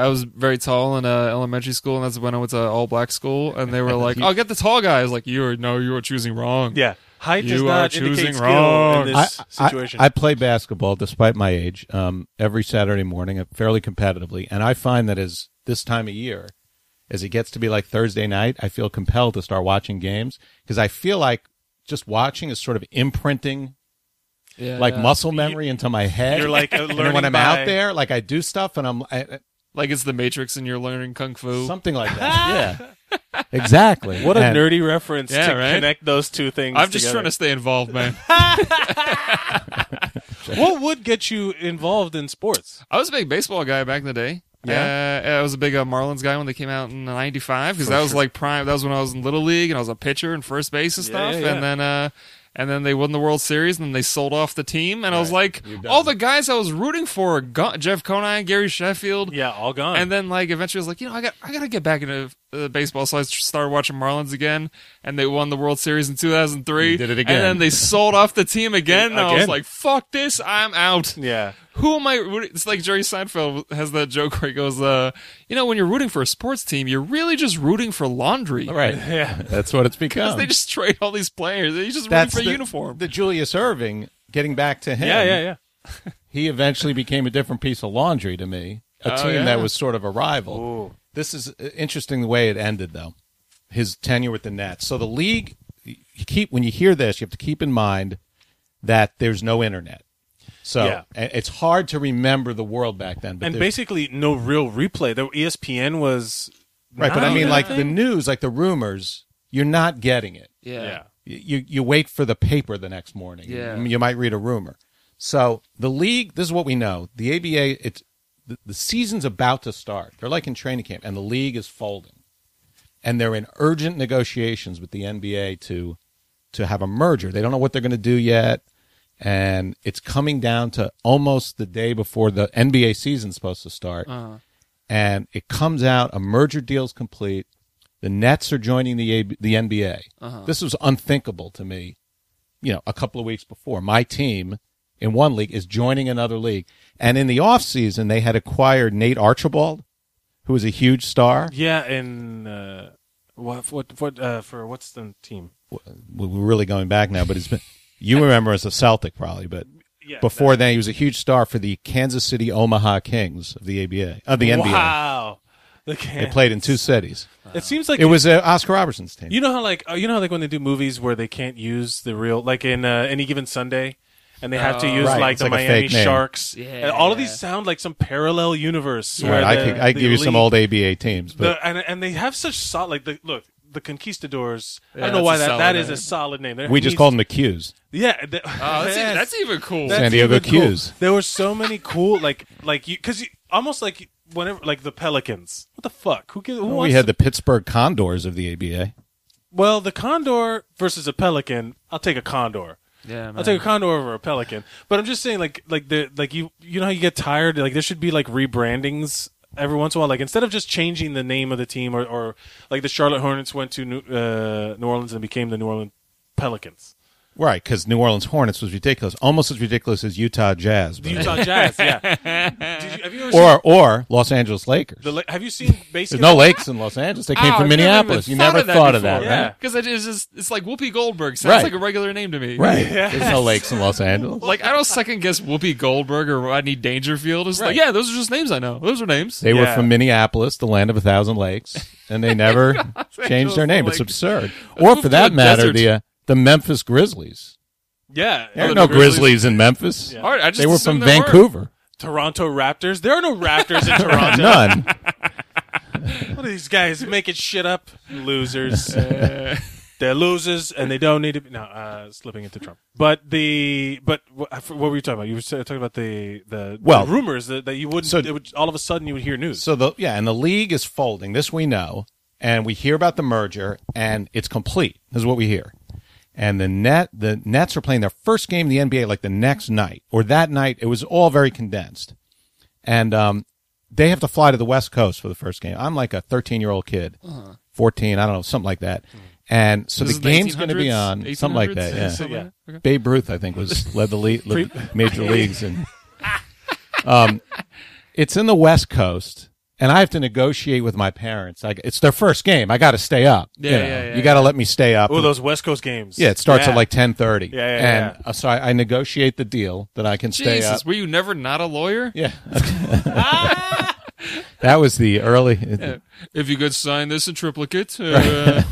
S3: uh, I was very tall in uh, elementary school, and that's when I went to all black school, and they were like, "Oh, get the tall guy." I was like, "You are no, you are choosing wrong."
S2: yeah height does
S3: You are
S2: not indicate
S3: choosing
S2: skill
S3: wrong.
S2: in
S4: I,
S2: this
S4: I-
S2: situation
S4: I play basketball despite my age um, every Saturday morning, uh, fairly competitively, and I find that as this time of year, as it gets to be like Thursday night, I feel compelled to start watching games because I feel like just watching is sort of imprinting
S3: Yeah,
S4: like
S3: yeah.
S4: muscle memory into my head.
S2: you're like a
S4: and
S2: learning
S4: then when I'm
S2: by-
S4: out there, like I do stuff, and I'm I,
S3: like it's the Matrix, and you're learning kung
S4: I-
S3: fu.
S4: something like that. yeah, exactly.
S2: What a
S4: And-
S2: nerdy reference
S3: Yeah,
S2: to
S3: right?
S2: connect those two things.
S3: I'm just
S2: together.
S3: trying to stay involved, man.
S2: What would get you involved in sports?
S3: I was a big baseball guy back in the day.
S4: Yeah?
S3: Uh, I was a big uh, Marlins guy when they came out in '95 because that was like prime. That was when I was in little league and I was a pitcher and first base and
S2: Yeah,
S3: stuff.
S2: yeah, yeah.
S3: And then, uh, and then they won the World Series and then they sold off the team. And I was like, all the guys I was rooting for, are gone Jeff Conine, Gary Sheffield,
S2: Yeah, all gone.
S3: and then like eventually I was like, you know, I got I gotta get back into uh, baseball, so I started watching Marlins again, and they won the World Series in 2003.
S4: You did it again.
S3: and then they sold off the team again. And I was
S2: Again.
S3: like, fuck this, I'm out.
S2: yeah,
S3: Who am I? root- It's like Jerry Seinfeld has that joke where he goes, uh, you know, when you're rooting for a sports team, you're really just rooting for laundry.
S4: Right.
S2: yeah.
S4: That's what it's
S3: 'Cause
S4: become.
S3: They just trade all these players. They just rooting
S4: That's
S3: for a
S4: the-
S3: uniform.
S4: The Julius Irving. Getting back to him.
S2: Yeah, yeah, yeah.
S4: he eventually became a different piece of laundry to me, a
S3: Oh,
S4: team
S3: yeah.
S4: that was sort of a rival. This is uh, interesting the way it ended, though. His tenure with the Nets. So the league, you keep when you hear this, you have to keep in mind that there's no internet, so
S2: Yeah.
S4: a- it's hard to remember the world back then. But
S2: And
S4: there's-
S2: basically, no real replay. E The ESPN was
S4: right, but I
S2: not
S4: mean, like
S2: anything.
S4: the news, like the rumors, you're not getting it.
S3: yeah.
S2: yeah.
S4: you you wait for the paper the next morning.
S3: Yeah.
S4: You might read a rumor. So the league, this is what we know. The ABA, it's the, the season's about to start. They're like in training camp, and the league is folding, and they're in urgent negotiations with the NBA to to have a merger. They don't know what they're going to do yet, and it's coming down to almost the day before the NBA season's supposed to start
S3: Uh,
S4: and it comes out a merger deal's complete. The Nets are joining the AB, the NBA.
S3: Uh-huh.
S4: This was unthinkable to me. You know, a couple of weeks before, my team in one league is joining another league, and in the offseason, they had acquired Nate Archibald, who was a huge star.
S2: yeah, and uh, what what what uh, for what's the team?
S4: We- We're really going back now, but it's been you remember as a Celtic probably, but
S2: Yeah,
S4: before then he was a huge star for the Kansas City Omaha Kings of the ABA of the NBA.
S2: Wow, The
S4: They
S2: can-
S4: played in two cities.
S2: It seems like
S4: It was uh, Oscar Robertson's team.
S2: You know how like uh, you know how like when they do movies where they can't use the real like in uh, any given Sunday, and they have to use
S4: Oh. Right,
S2: like
S4: it's
S2: the
S4: like a
S2: Miami
S4: fake name.
S2: Sharks.
S3: Yeah.
S2: And all of these sound like some parallel universe.
S4: All
S2: where
S4: right, I
S2: the-
S4: could I could
S2: the
S4: give you some
S2: elite-
S4: old ABA teams, but
S2: the, and and they have such solid like the look the conquistadors. I
S3: Yeah,
S2: don't know why
S3: that's a
S2: that
S3: solid
S2: that is
S3: name.
S2: a solid name. There
S4: we just
S2: needs-
S4: called them the Qs.
S2: yeah. the-
S3: Oh, that's,
S2: yes.
S3: even, that's even cool.
S2: That's
S4: San Diego
S2: even cool.
S4: Qs.
S2: There were so many cool like like you because you almost like you- whenever like the Pelicans. What the fuck? Who gives? Who
S4: we
S2: wants
S4: had the Pittsburgh Condors of the ABA.
S2: well the condor versus a pelican. I'll take a condor.
S3: yeah, man.
S2: I'll take a condor over a pelican. But I'm just saying, like, like the like you you know how you get tired. Like there should be like rebrandings every once in a while. Like instead of just changing the name of the team, or, or like the Charlotte Hornets went to New, uh, New Orleans and became the New Orleans Pelicans.
S4: Right, because New Orleans Hornets was ridiculous, almost as ridiculous as Utah Jazz,
S2: The
S4: but-
S2: Utah Jazz. Yeah. Did you, have you ever seen
S4: or or Los Angeles Lakers.
S2: the, la- Have you seen
S4: There's
S2: baseball?
S4: no lakes in Los Angeles. They came
S3: Oh,
S4: from
S3: I've never
S4: Minneapolis.
S3: even
S4: You never thought of that,
S3: before.
S2: Yeah.
S4: right?
S3: Because it is just, it's like Whoopi Goldberg sounds
S4: Right.
S3: like a regular name to me.
S4: Right. There's no lakes in Los Angeles.
S3: Like I don't second guess Whoopi Goldberg or Rodney Dangerfield. It's like
S4: Right.
S3: yeah, those are just names I know. Those are names.
S4: They were
S2: Yeah.
S4: from Minneapolis, the land of a thousand lakes, and they never changed their
S3: Angeles
S4: name. It's
S3: Lakes.
S4: absurd. Or
S3: Move
S4: for
S3: to
S4: that
S3: a desert.
S4: matter, the uh, the Memphis Grizzlies.
S2: Yeah.
S4: There
S2: Oh,
S4: are
S2: the
S4: no Grizzlies, in Memphis.
S3: All right, I just
S4: They were
S3: assumed
S4: from
S3: there were.
S4: Vancouver.
S2: Toronto Raptors. There are no Raptors in Toronto.
S4: None.
S2: What are these guys making shit up? Losers.
S4: Uh,
S2: They're losers, and they don't need to. Be, no, uh, slipping into Trump. But the but wh- I f- what were you talking about? You were sa- talking about the the,
S4: Well-
S2: the rumors that, that you wouldn't.
S4: So-
S2: it would, all of a sudden, you would hear news.
S4: So the yeah, and the league is folding. This we know, and we hear about the merger, and it's complete. This is what we hear. And the net, the Nets are playing their first game in the NBA like the next night or that night. It was all very condensed, and um, they have to fly to the West Coast for the first game. I'm like a 13 year old kid, 14, I don't know, something like that. And
S3: Uh-huh.
S4: so
S3: Hmm. This is
S4: the
S3: the
S4: game's going to be
S3: 1800s?
S4: on something like that.
S3: 1800s?
S4: Yeah.
S3: Something
S2: Yeah.
S3: like that? Okay.
S4: Babe Ruth, I think, was led the lead, led the major leagues, and um, it's in the West Coast. And I have to negotiate with my parents. Like it's their first game. I got to stay up.
S3: Yeah,
S4: you know.
S3: yeah, yeah,
S4: you got to let me stay up.
S2: Oh, those West Coast games.
S4: yeah, it starts at like ten thirty.
S2: Yeah, yeah,
S4: and Uh, so I, I negotiate the deal that I can stay up.
S3: Jesus, were you never not a lawyer?
S4: Yeah, that was the early.
S3: If you could sign this in triplicate, uh,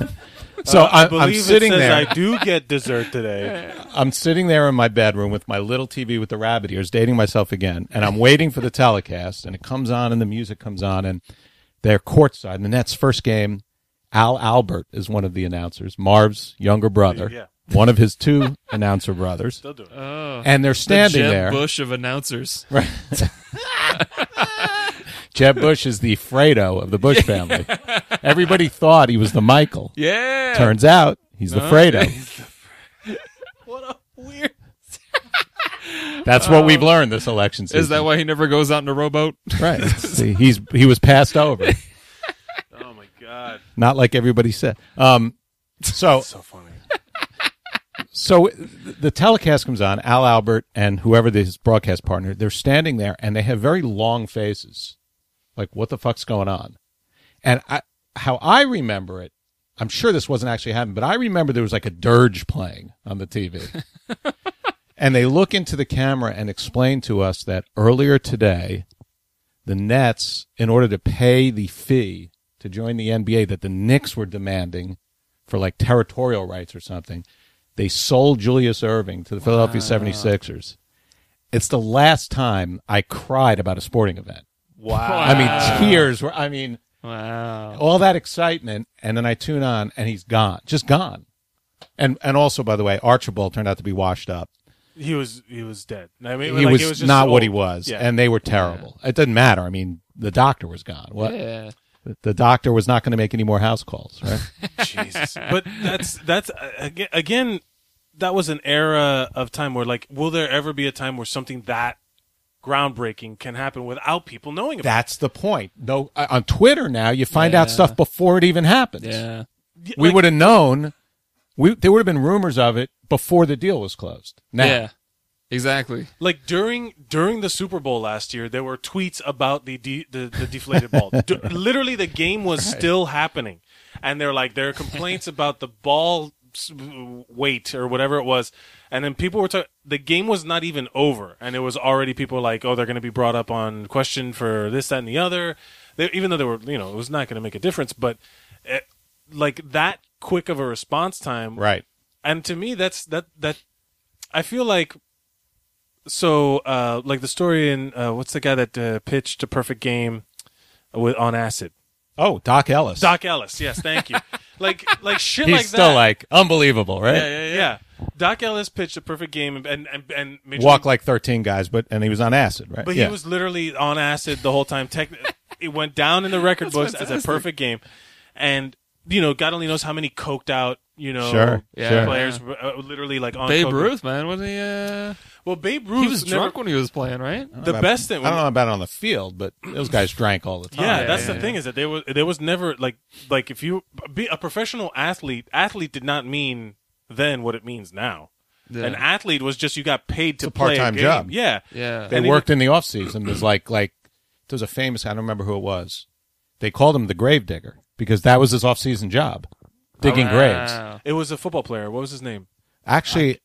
S4: So
S2: I
S4: I,
S2: believe
S4: I'm sitting
S2: it says
S4: there.
S2: I do get dessert today.
S4: I'm sitting there in my bedroom with my little TV with the rabbit ears, dating myself again, and I'm waiting for the telecast, and it comes on, and the music comes on, and they're courtside. And the Nets' first game, Al Albert is one of the announcers, Marv's younger brother,
S2: Yeah.
S4: one of his two announcer brothers,
S2: They'll do it.
S4: and they're
S3: the
S4: standing
S3: oh. Jeb
S4: there.
S3: Bush of announcers.
S4: Jeb Bush is the Fredo of the Bush family. Everybody thought he was the Michael.
S3: Yeah.
S4: Turns out he's the Fredo.
S2: what a weird.
S4: That's what we've learned this election season.
S3: Is that why he never goes out in a rowboat?
S4: right? See, he's he was passed over.
S2: Oh my god,
S4: not like everybody said. Um, so
S2: so funny.
S4: so the telecast comes on. Al Albert and whoever his broadcast partner, they're standing there and they have very long faces, like what the fuck's going on? And I, how I remember it, I'm sure this wasn't actually happening, but I remember there was like a dirge playing on the TV. and they look into the camera and explain to us that earlier today, the Nets, in order to pay the fee to join the NBA that the Knicks were demanding for like territorial rights or something, they sold Julius Irving to the Philadelphia 76ers. It's the last time I cried about a sporting event.
S2: Wow.
S4: I mean, tears were, I mean,
S3: Wow.
S4: all that excitement, and then I tune on, and he's gone, just gone. And and also, by the way, Archibald turned out to be washed up.
S2: He was he was dead. I mean,
S4: he
S2: like,
S4: was,
S2: it was just
S4: not what
S2: old.
S4: he was,
S2: Yeah.
S4: and they were terrible. It doesn't matter. I mean, the doctor was gone. What?
S3: Yeah.
S4: The doctor was not going to make any more house calls, right?
S2: Jesus. But that's that's uh, aga- again that was an era of time where like will there ever be a time where something that groundbreaking can happen without people knowing about
S4: That's the point. No, uh, on Twitter now, you find out stuff before it even happens.
S3: Yeah.
S2: it?
S4: We
S2: Like,
S4: would have known. We there would have been rumors of it before the deal was closed. Now,
S3: Yeah. Exactly.
S2: like during during the Super Bowl last year there were tweets about the de- the, the deflated ball. D- literally the game was still happening and they're like there are complaints about the ball s- weight or whatever it was and then people were talking the game was not even over and it was already people like oh they're going to be brought up on question for this that and the other they, even though they were you know it was not going to make a difference but eh, like that quick of a response time
S4: right?
S2: and to me that's that that i feel like so uh, like the story in uh, what's the guy that uh, pitched a perfect game with on acid?
S4: Oh, Doc Ellis.
S2: Doc Ellis. Yes, thank you. like like shit
S4: He's
S2: like
S4: still
S2: that.
S4: like unbelievable, right?
S2: yeah, yeah, yeah. Doc Ellis pitched a perfect game and and and, and Major
S4: Walk
S2: League-
S4: like thirteen guys, but and he was on acid, right?
S2: but
S4: yeah.
S2: he was literally on acid the whole time. Tech, it went down in the record books as a perfect game, and you know, God only knows how many coked out, you know,
S4: Sure,
S3: Yeah.
S4: sure.
S2: players were, uh, literally like on
S3: Babe
S2: coke.
S3: Ruth, man, wasn't he? Uh,
S2: Well, Babe Ruth
S3: he was
S2: never-
S3: drunk when he was playing, right?
S2: The best thing,
S4: I don't know about on the field, but those guys drank all the time.
S2: Yeah,
S3: Yeah,
S2: that's
S3: yeah,
S2: the
S3: yeah.
S2: thing is that there was there was never like like if you be a professional athlete, athlete did not mean then what it means now.
S3: Yeah.
S2: An athlete was just you got paid to
S4: a
S2: play
S4: part-time
S2: game.
S4: job.
S2: Yeah,
S3: Yeah.
S4: They
S2: And
S4: worked in the off season. There's like like there was a famous I don't remember who it was. They called him the grave digger because that was his off season job, digging
S3: Ah.
S4: graves.
S3: Wow.
S2: It was a football player. What was his name?
S4: Actually,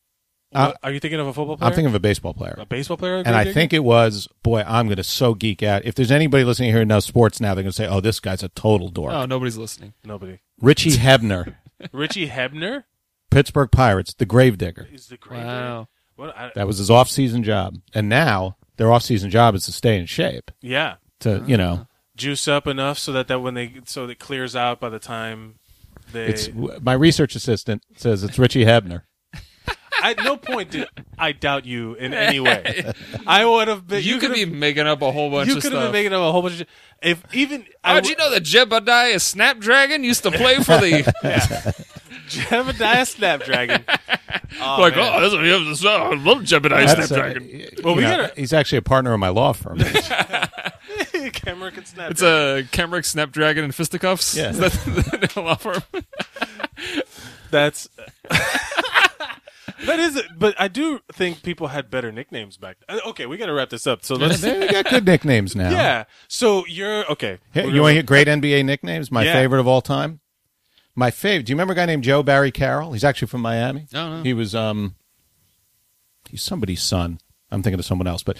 S4: Uh,
S2: What- are you thinking of a football player?
S4: I'm thinking of a baseball player,
S2: a baseball player.
S4: and I think it was boy. I'm going to so geek out. If there's anybody listening here who knows sports now, they're going to say, "Oh, this guy's a total dork."
S3: Oh, nobody's listening.
S2: nobody.
S4: Richie Hebner,
S2: Richie Hebner
S4: Pittsburgh Pirates, the grave digger.
S2: is the great.
S3: Wow.
S2: What, I,
S4: That was his off season job, and now their off season job is to stay in shape.
S2: yeah,
S4: To you know,
S2: juice up enough so that that when they so it clears out by the time they.
S4: it's my research assistant says it's Richie Hebner.
S2: At no point did I doubt you in any way. I would have been.
S3: You, could
S2: could've-
S3: be making up a whole bunch
S2: you
S3: of
S2: could
S3: stuff.
S2: have been making up a whole bunch of shit. if even
S3: Oh,
S2: I
S3: did you know that Jebediah Snapdragon used to play for the
S2: Jebediah Snapdragon. Oh,
S3: like?
S2: man.
S3: Oh, that's what he has to say. I love Jebediah
S4: That's, uh,
S3: Snapdragon.
S4: y-
S2: Well,
S4: you
S2: we
S4: know,
S2: gotta-
S4: he's actually a partner in my law firm.
S2: Cameron can snap.
S3: oh. it's a Kemrick Snapdragon and fisticuffs.
S4: Yeah.
S3: Is that the law firm?
S2: That's that is. it. But I do think people had better nicknames back. uh, Okay, we got to wrap this up. So let's.
S4: they they got good nicknames now.
S2: Yeah. So you're okay.
S4: Hey,
S2: We're
S4: you
S2: gonna-
S4: want to hear great NBA nicknames? My
S2: Yeah.
S4: favorite of all time. My favorite. Do you remember a guy named Joe Barry Carroll? He's actually from Miami.
S3: No, no.
S4: He was um, he's somebody's son. I'm thinking of someone else, but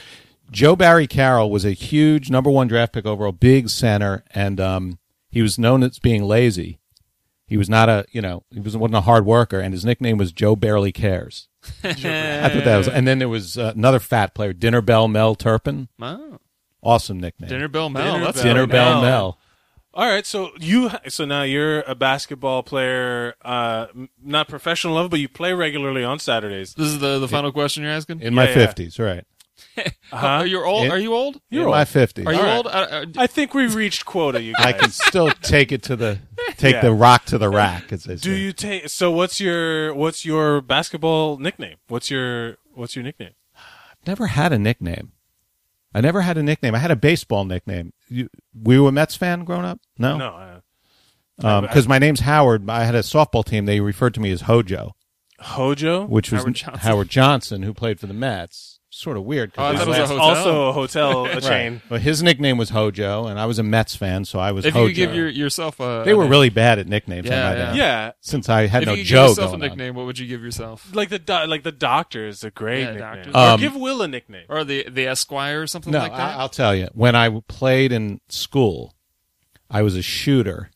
S4: Joe Barry Carroll was a huge number one draft pick overall, big center, and um, he was known as being lazy. He was not a you know he was wasn't a hard worker, and his nickname was Joe Barely Cares. I thought that was. And then there was uh, another fat player, Dinner Bell Mel Turpin.
S3: Oh,
S4: Awesome nickname.
S3: dinner bell Mel.
S2: Dinner
S3: that's
S2: Bell
S4: Dinner Bell
S2: Mel.
S4: Mel.
S2: All right. So you. So now you're a basketball player, uh, m- not professional level, but you play regularly on Saturdays.
S3: This is the the final question you're asking.
S4: in my
S2: Yeah, yeah.
S4: fifties, right?
S3: Are you old?
S4: It-
S3: are you old?
S4: in my fifties.
S3: Are you
S2: All right.
S3: old? I, I,
S2: I think we reached quota. You guys.
S4: I can still take it to the take
S2: Yeah.
S4: the rock to the rack. As they
S2: Do
S4: say.
S2: you take? So what's your what's your basketball nickname? What's your what's your nickname?
S4: Never had a nickname. I never had a nickname. I had a baseball nickname. You, were you a Mets fan growing up? No,
S2: No. Uh,
S4: Because my name's Howard. I had a softball team. They referred to me as Hojo,
S2: Hojo.
S4: which was
S3: Howard Johnson.
S4: Howard Johnson, who played for the Mets. Sort of weird. 'cause
S3: Oh, I
S4: his
S3: thought it was
S4: last-
S2: That's
S3: hotel.
S2: also a hotel a chain.
S4: But his nickname was Hojo, and I was a Mets fan, so I was
S3: if
S4: Hojo.
S3: you could give your, yourself a
S4: they were really bad at nicknames. I
S3: Yeah,
S4: might
S3: yeah.
S4: add,
S2: Yeah,
S4: Since I had
S3: if
S4: no
S3: you could
S4: Joe
S3: give yourself a
S4: going on.
S3: nickname, what would you give yourself?
S2: like the do- like the doctor is a great
S3: Yeah,
S2: nickname.
S3: doctor.
S2: or
S4: Um,
S2: give Will a nickname.
S3: Or the the Esquire or something
S4: No,
S3: like
S4: I,
S3: that?
S4: I'll tell you. When I played in school, I was a shooter,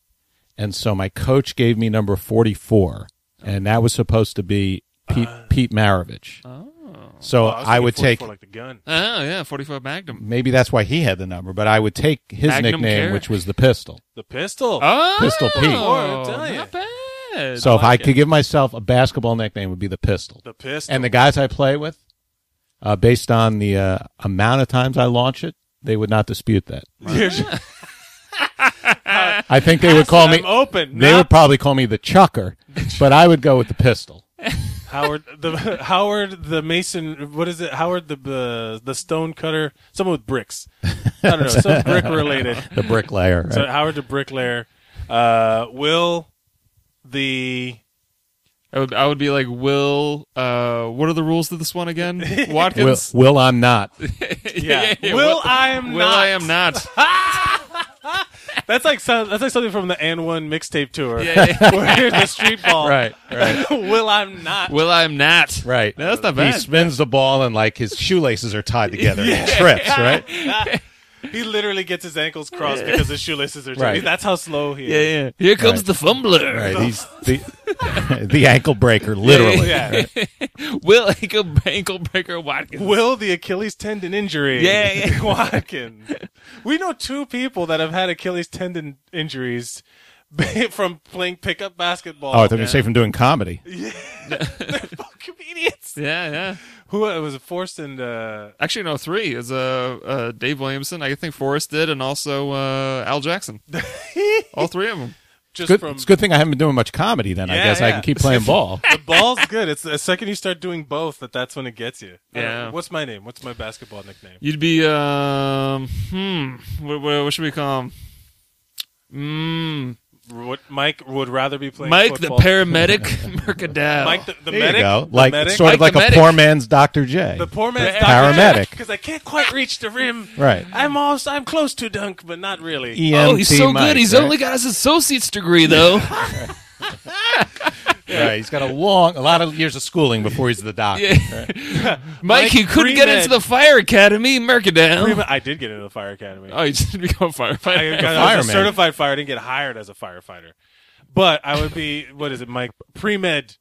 S4: and so my coach gave me number forty-four, and that was supposed to be Pete, Pete Maravich.
S3: Uh. oh.
S4: So
S2: Well, was
S4: I would
S2: thinking
S4: take.
S2: 44 like the gun.
S3: Oh yeah, forty five Magnum.
S4: Maybe that's why he had the number, but I would take his
S3: Magnum
S4: nickname,
S3: Care?
S4: which was the pistol.
S2: The pistol.
S3: Oh,
S4: Pistol Pete.
S2: Or Italian.
S3: not bad.
S4: So if I
S2: like
S4: could give myself a basketball nickname, it would be the pistol.
S2: the pistol.
S4: And the guys I play with, uh, based on the uh, amount of times I launch it, they would not dispute that. I think they would call me
S2: I'm open.
S4: They
S2: Nah.
S4: would probably call me the chucker, but I would go with the pistol.
S2: Howard the Howard the Mason. What is it? Howard the uh, the, the stone cutter. Someone with bricks. I don't know. Some brick related.
S4: The bricklayer.
S2: So
S4: right?
S2: Howard the bricklayer, uh, Will the
S3: I would, I would be like, Will, uh, what are the rules to this one again?
S4: Will,
S3: Watkins?
S4: Will I'm not.
S2: yeah, Will I am
S3: Will
S2: not.
S3: I am not.
S2: That's like some, that's like something from the N One mixtape tour.
S3: Yeah, yeah, yeah.
S2: Where here's the street ball.
S4: Right, right,
S2: Will I'm not.
S3: Will I am not.
S4: right.
S3: No, that's not
S4: He
S3: bad.
S4: spins the ball and like his shoelaces are tied together. and He trips, right?
S2: He literally gets his ankles crossed because his shoelaces are tied.
S4: Right.
S2: That's how slow he is.
S3: Yeah, yeah. Here comes
S4: Right.
S3: the fumbler.
S4: Right, he's the the ankle breaker, literally.
S2: Yeah.
S3: Will ankle, ankle breaker Watkins.
S2: Will the Achilles tendon injury?
S3: Yeah, yeah.
S2: Watkins. We know two people that have had Achilles tendon injuries from playing pickup basketball.
S4: Oh, I thought you were gonna say from doing comedy.
S2: Fuck comedians.
S3: Yeah, yeah.
S2: Who uh, was it? Forrest and uh,
S3: Actually, no, three is uh, uh, Dave Williamson. I think Forrest did, and also uh, Al Jackson. All three of them.
S2: just
S4: Good,
S2: from
S4: it's a good thing I haven't been doing much comedy. Then I
S2: Yeah,
S4: guess I
S2: yeah.
S4: can keep playing ball.
S2: the ball's good. It's the second you start doing both that that's when it gets you. I don't
S3: Yeah.
S2: know. What's my name? What's my basketball nickname?
S3: You'd be, um, hmm, what, what, what should we call him?
S2: What Mike would rather be
S3: Mm,
S2: playing
S3: Mike
S2: football.
S3: the paramedic Mercadal.
S2: Mike the, the
S4: there
S2: medic.
S4: you go.
S2: The
S4: Like
S2: medic?
S4: sort
S3: Like
S4: of like
S3: the
S4: a
S3: medic.
S4: poor man's Dr. J.
S2: the poor man's
S4: paramedic.
S2: because I can't quite reach the rim.
S4: Right.
S2: I'm almost I'm close to dunk, but not really.
S4: EMT
S3: oh, he's so
S4: Mike,
S3: good. He's
S4: right?
S3: only got his associate's degree, though.
S4: Right, he's got a long, a lot of years of schooling before he's the doctor.
S3: Mike, you couldn't get
S2: pre-med.
S3: into the fire academy, Mercadal.
S2: I did get into the fire academy.
S3: Oh, you didn't become a firefighter.
S2: I, got, I was a
S4: fireman.
S2: certified fire. I didn't get hired as a firefighter, but I would be what is it, Mike? Pre med.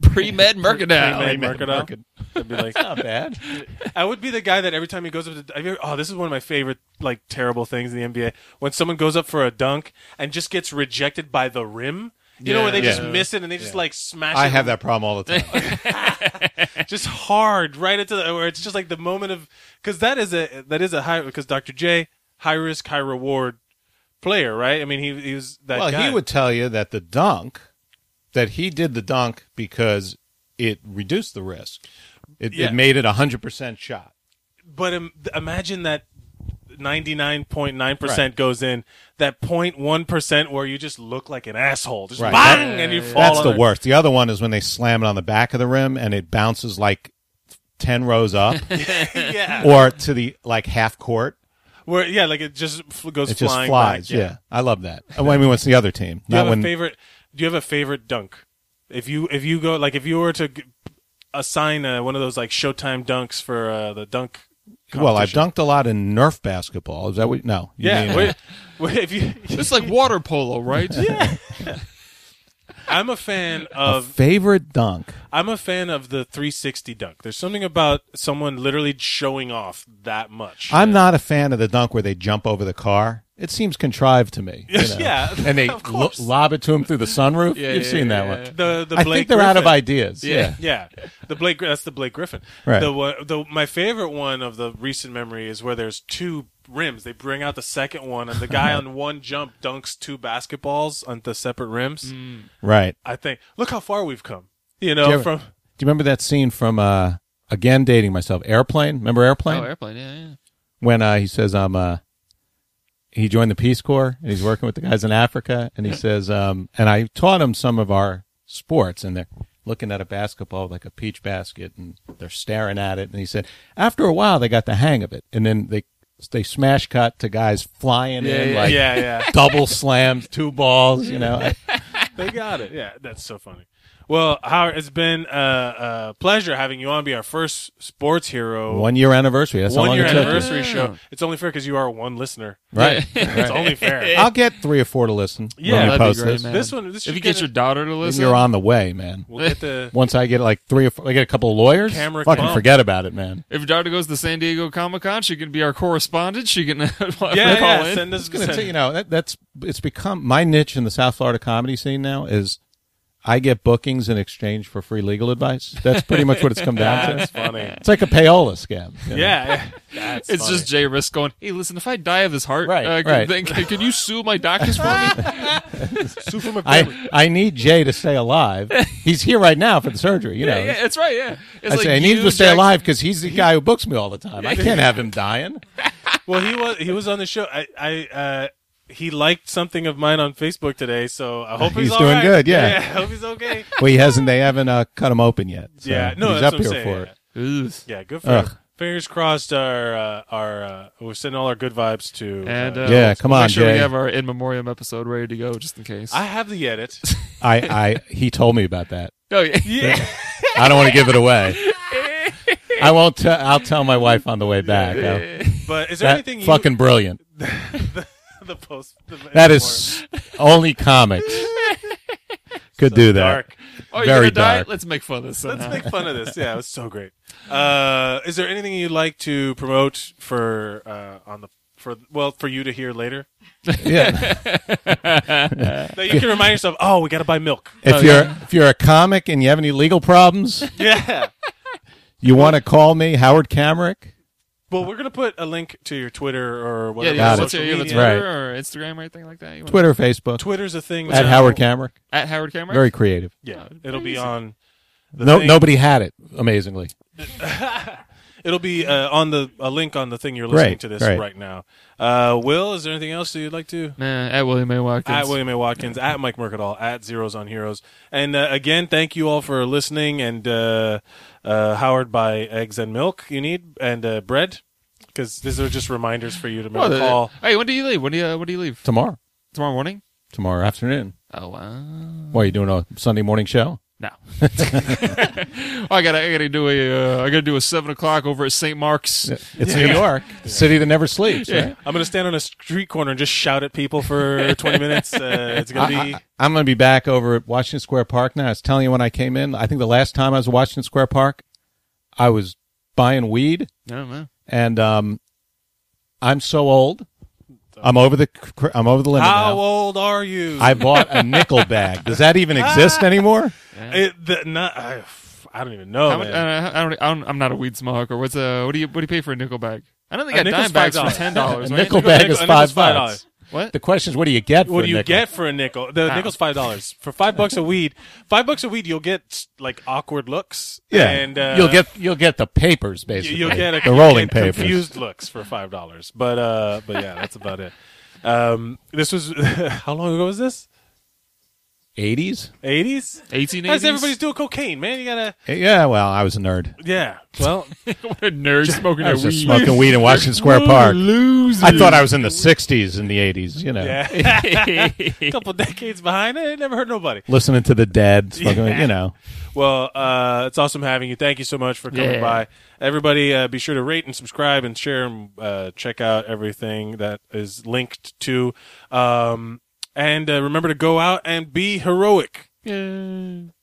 S3: Pre med Mercadal.
S2: Pre-med. Mercadal. Be like,
S4: Not bad.
S2: I would be the guy that every time he goes up to. have you ever- oh, this is one of my favorite like terrible things in the NBA when someone goes up for a dunk and just gets rejected by the rim. You know where they
S4: Yeah.
S2: just miss it and they just like smash.
S4: I
S2: it
S4: have that problem all the time.
S2: just hard right into the where it's just like the moment of because that is a that is a high because Dr. J high risk high reward player right I mean he he was that
S4: well,
S2: guy
S4: he would tell you that the dunk, that he did the dunk because it reduced the risk. It,
S2: Yeah.
S4: it made it a hundred percent shot.
S2: but Im- imagine that ninety nine point nine percent
S4: Right.
S2: goes in that 0.1 percent where you just look like an asshole just
S4: Right.
S2: bang and you fall
S4: That's
S2: on
S4: the
S2: it.
S4: worst. The other one is when they slam it on the back of the rim and it bounces like ten rows up
S2: yeah
S4: or to the like half court.
S2: where yeah like it just f- goes
S4: It just
S2: flying
S4: flies.
S2: back.
S4: yeah. I love that. I mean, when it's the other team,
S2: Do you
S4: not
S2: have
S4: when
S2: a favorite? Do you have a favorite dunk? If you if you go like if you were to g- assign uh, one of those like Showtime dunks for uh, the dunk.
S4: Well, I've
S2: competition.
S4: dunked a lot in Nerf basketball. Is that what? No. You
S2: Yeah,
S4: mean-
S2: wait, wait, if you,
S3: It's like water polo, right? Yeah.
S2: I'm a fan
S4: a
S2: of
S4: favorite dunk.
S2: I'm a fan of the 360 dunk. There's something about someone literally showing off that much.
S4: I'm not a fan of the dunk where they jump over the car. It seems contrived to me. you know?
S2: Yeah,
S4: and they
S2: of
S4: lo-
S2: course.
S4: lob it to him through the sunroof.
S3: Yeah,
S4: You've
S3: yeah,
S4: seen
S3: yeah,
S4: that
S3: yeah.
S4: one.
S2: the the
S4: I
S2: Blake
S4: think they're out of
S2: Griffin.
S4: ideas. Yeah.
S3: Yeah.
S2: Yeah, the Blake. That's the Blake Griffin.
S4: Right.
S2: The, one- the my favorite one of the recent memory is where there's two rims. They bring out the second one, and the guy on one jump dunks two basketballs on the separate rims.
S4: right.
S2: I think. Look how far we've come. You
S4: Mm. Do
S2: know,
S4: you ever-
S2: from
S4: Do you remember that scene from? uh Again, dating myself. Airplane. Remember airplane?
S3: Oh, airplane. Yeah, yeah.
S4: when uh, he says, "I'm." Uh, he joined the Peace Corps and he's working with the guys in Africa, and he says, um, "And I taught him some of our sports." And they're looking at a basketball like a peach basket, and they're staring at it. And he said, after a while, they got the hang of it, and then they they smash cut to guys flying
S3: Yeah,
S4: in
S3: yeah,
S4: like
S2: yeah, yeah,
S4: double slams, two balls. You know, I-
S2: they got it. Yeah, that's so funny. Well, Howard, it's been a, a pleasure having you on. Be our first sports hero.
S4: one year anniversary. That's how
S2: One
S4: long
S2: year
S4: it took.
S2: anniversary
S3: Yeah.
S2: show. It's only fair because you are one listener.
S4: Right.
S2: It's only fair.
S4: I'll get three or four to listen.
S2: Yeah,
S4: when we
S2: that'd
S3: be
S4: post
S3: great,
S4: this.
S3: man.
S2: this one, this
S3: If
S2: should
S3: you get your daughter to
S4: And
S3: listen,
S4: You're on the way, man.
S2: we'll get the
S4: Once I get like three or four, I get a couple of lawyers.
S2: Camera
S4: fucking
S2: clump.
S4: forget about it, man.
S3: If your daughter goes to San Diego Comic Con, she can be our correspondent. She can call
S2: yeah, yeah.
S3: in.
S2: Send us,
S4: It's gonna
S2: send-
S4: take- you know that, that's it's become my niche in the South Florida comedy scene now is I get bookings in exchange for free legal advice. That's pretty much what it's come down to.
S2: That's funny.
S4: It's like a payola scam. you know?
S2: Yeah, that's
S3: it's just Jay Risk going, hey, listen, if I die of this heart,
S4: Right,
S3: uh,
S4: right.
S3: Can, can, can you sue my doctors for me?
S2: super
S4: I I need Jay to stay alive. He's here right now for the surgery. You know,
S3: yeah, yeah, that's right, yeah. It's
S4: I
S3: like
S4: say I need
S3: you,
S4: him to stay
S3: Jack-
S4: alive because he's the guy who books me all the time. I can't have him dying.
S2: Well, he was he was on the show. I, I uh, he liked something of mine on Facebook today, so I hope he's,
S4: He's
S2: all
S4: doing
S2: right.
S4: good, yeah.
S2: I hope he's okay.
S4: Well, he hasn't. They haven't uh, cut him open yet. So
S2: yeah, no,
S4: he's
S2: that's
S4: up
S2: what I'm
S4: here
S2: saying.
S4: for
S2: yeah.
S4: it.
S3: Ugh.
S2: Yeah, good for
S4: Ugh.
S2: him. Fingers crossed. Our uh, our uh, we're sending all our good vibes to. uh,
S3: And, uh,
S4: Yeah, come
S3: we'll
S4: on,
S3: Make sure
S4: Jay.
S3: we have our in memoriam episode ready to go, just in case.
S2: I have the edit.
S4: I I he told me about that.
S3: oh, yeah.
S2: Yeah,
S4: I don't want to give it away. I won't. T- I'll tell my wife on the way back. I'll-
S2: But is there
S4: that
S2: anything you
S4: fucking brilliant.
S2: the post? The,
S4: That is only comics could do that.
S2: dark.
S3: Oh, you're
S4: Very
S3: gonna die?
S4: dark.
S3: Let's make fun of this.
S2: Let's
S3: somehow.
S2: make fun of this. Yeah, it was so great. Uh, is there anything you'd like to promote for uh, on the for well for you to hear later
S4: Yeah.
S2: that you can remind yourself? Oh, we got to buy milk.
S4: If you're if you're a comic and you have any legal problems,
S2: Yeah.
S4: you want to call me Howard Kamrick.
S2: well, we're gonna put a link to your Twitter or
S3: Yeah,
S2: whatever.
S3: yeah.
S4: Got
S3: What's
S2: social
S3: your, you have a
S2: media.
S4: right.
S3: Twitter or Instagram or anything like that? You want-
S4: Twitter, Facebook,
S2: Twitter's a thing
S4: at
S2: now.
S4: Howard Kamrick.
S3: at Howard Cameron.
S4: Very creative.
S2: Yeah, it'll be on. The
S4: No,
S2: thing.
S4: nobody had it. Amazingly,
S2: It'll be uh, on the a link on the thing you're listening
S4: Great,
S2: to this
S4: great.
S2: right now. Uh, Will, is there anything else that you'd like to?
S3: Nah, at William A. Watkins.
S2: At William A. Watkins, at Mike Mercadal, at Zeros on Heroes. And uh, again, thank you all for listening. And uh, uh, Howard, buy eggs and milk you need, and uh, bread, because these are just reminders for you to make
S3: Oh,
S2: a
S3: the-
S2: call.
S3: Hey, when do you leave? When do you uh, when do you leave?
S4: tomorrow,
S3: Tomorrow morning?
S4: tomorrow afternoon.
S3: Oh wow.
S4: Why are you doing a Sunday morning show?
S3: No. oh, I gotta I gotta do a uh, I gotta do a seven o'clock over at St. Mark's.
S4: It's New York, the city that never sleeps. Right?
S2: I'm going to stand on a street corner and just shout at people for 20 minutes. Uh, it's going to be.
S4: I, am going to be back over at Washington Square Park now. I was telling you when I came in. I think the last time I was at Washington Square Park, I was buying weed,
S3: No, no.
S4: and um, I'm so old. I'm over the cr- I'm over the limit
S2: How
S4: now.
S2: old are you?
S4: I bought a nickel bag. Does that even exist anymore?
S2: It, the, not, I, I don't even
S4: Oh,
S2: know.
S3: How much,
S2: man.
S3: uh, I don't, I don't, I'm not a weed smoker. What's uh, what do you what do you pay for a nickel bag? I don't think
S2: A
S3: I
S2: nickel's
S3: dime bags for
S2: $5.
S3: ten dollars.
S4: A nickel bag is
S2: a nickel's
S4: five
S2: five
S4: bucks.
S2: dollars.
S3: What?
S4: The question is, what do you get?
S2: What
S4: for
S2: do
S4: a
S2: you
S4: nickel?
S2: get for a nickel? The
S3: Ah.
S2: nickel's five dollars. For five bucks a weed, five bucks a weed, you'll get like awkward looks.
S4: Yeah,
S2: and uh,
S4: you'll get you'll get the papers
S2: you-
S4: basically.
S2: you'll get a,
S4: the
S2: you'll
S4: rolling
S2: get
S4: papers.
S2: confused looks for five dollars. But uh, but yeah, that's about it. Um, this was how long ago was this?
S4: 80s?
S2: Eighties.
S3: Eighteen
S2: That's
S3: eighties.
S2: everybody's doing cocaine, man. You gotta
S4: Yeah, well, I was a nerd.
S2: yeah. Well,
S3: what a nerd smoking
S4: I
S3: a
S4: was just
S3: weed.
S4: smoking weed in Washington Square Park.
S3: Losers.
S4: I thought I was in the 60s and the 80s, you know.
S2: yeah, a couple decades behind it. It never hurt nobody.
S4: Listening to the dead, smoking,
S2: Yeah.
S4: you know.
S2: Well, uh, it's awesome having you. Thank you so much for coming
S3: Yeah.
S2: by. Everybody, uh, be sure to rate and subscribe and share and uh, check out everything that is linked to. Um, and uh, remember to go out and be heroic.
S3: Yeah.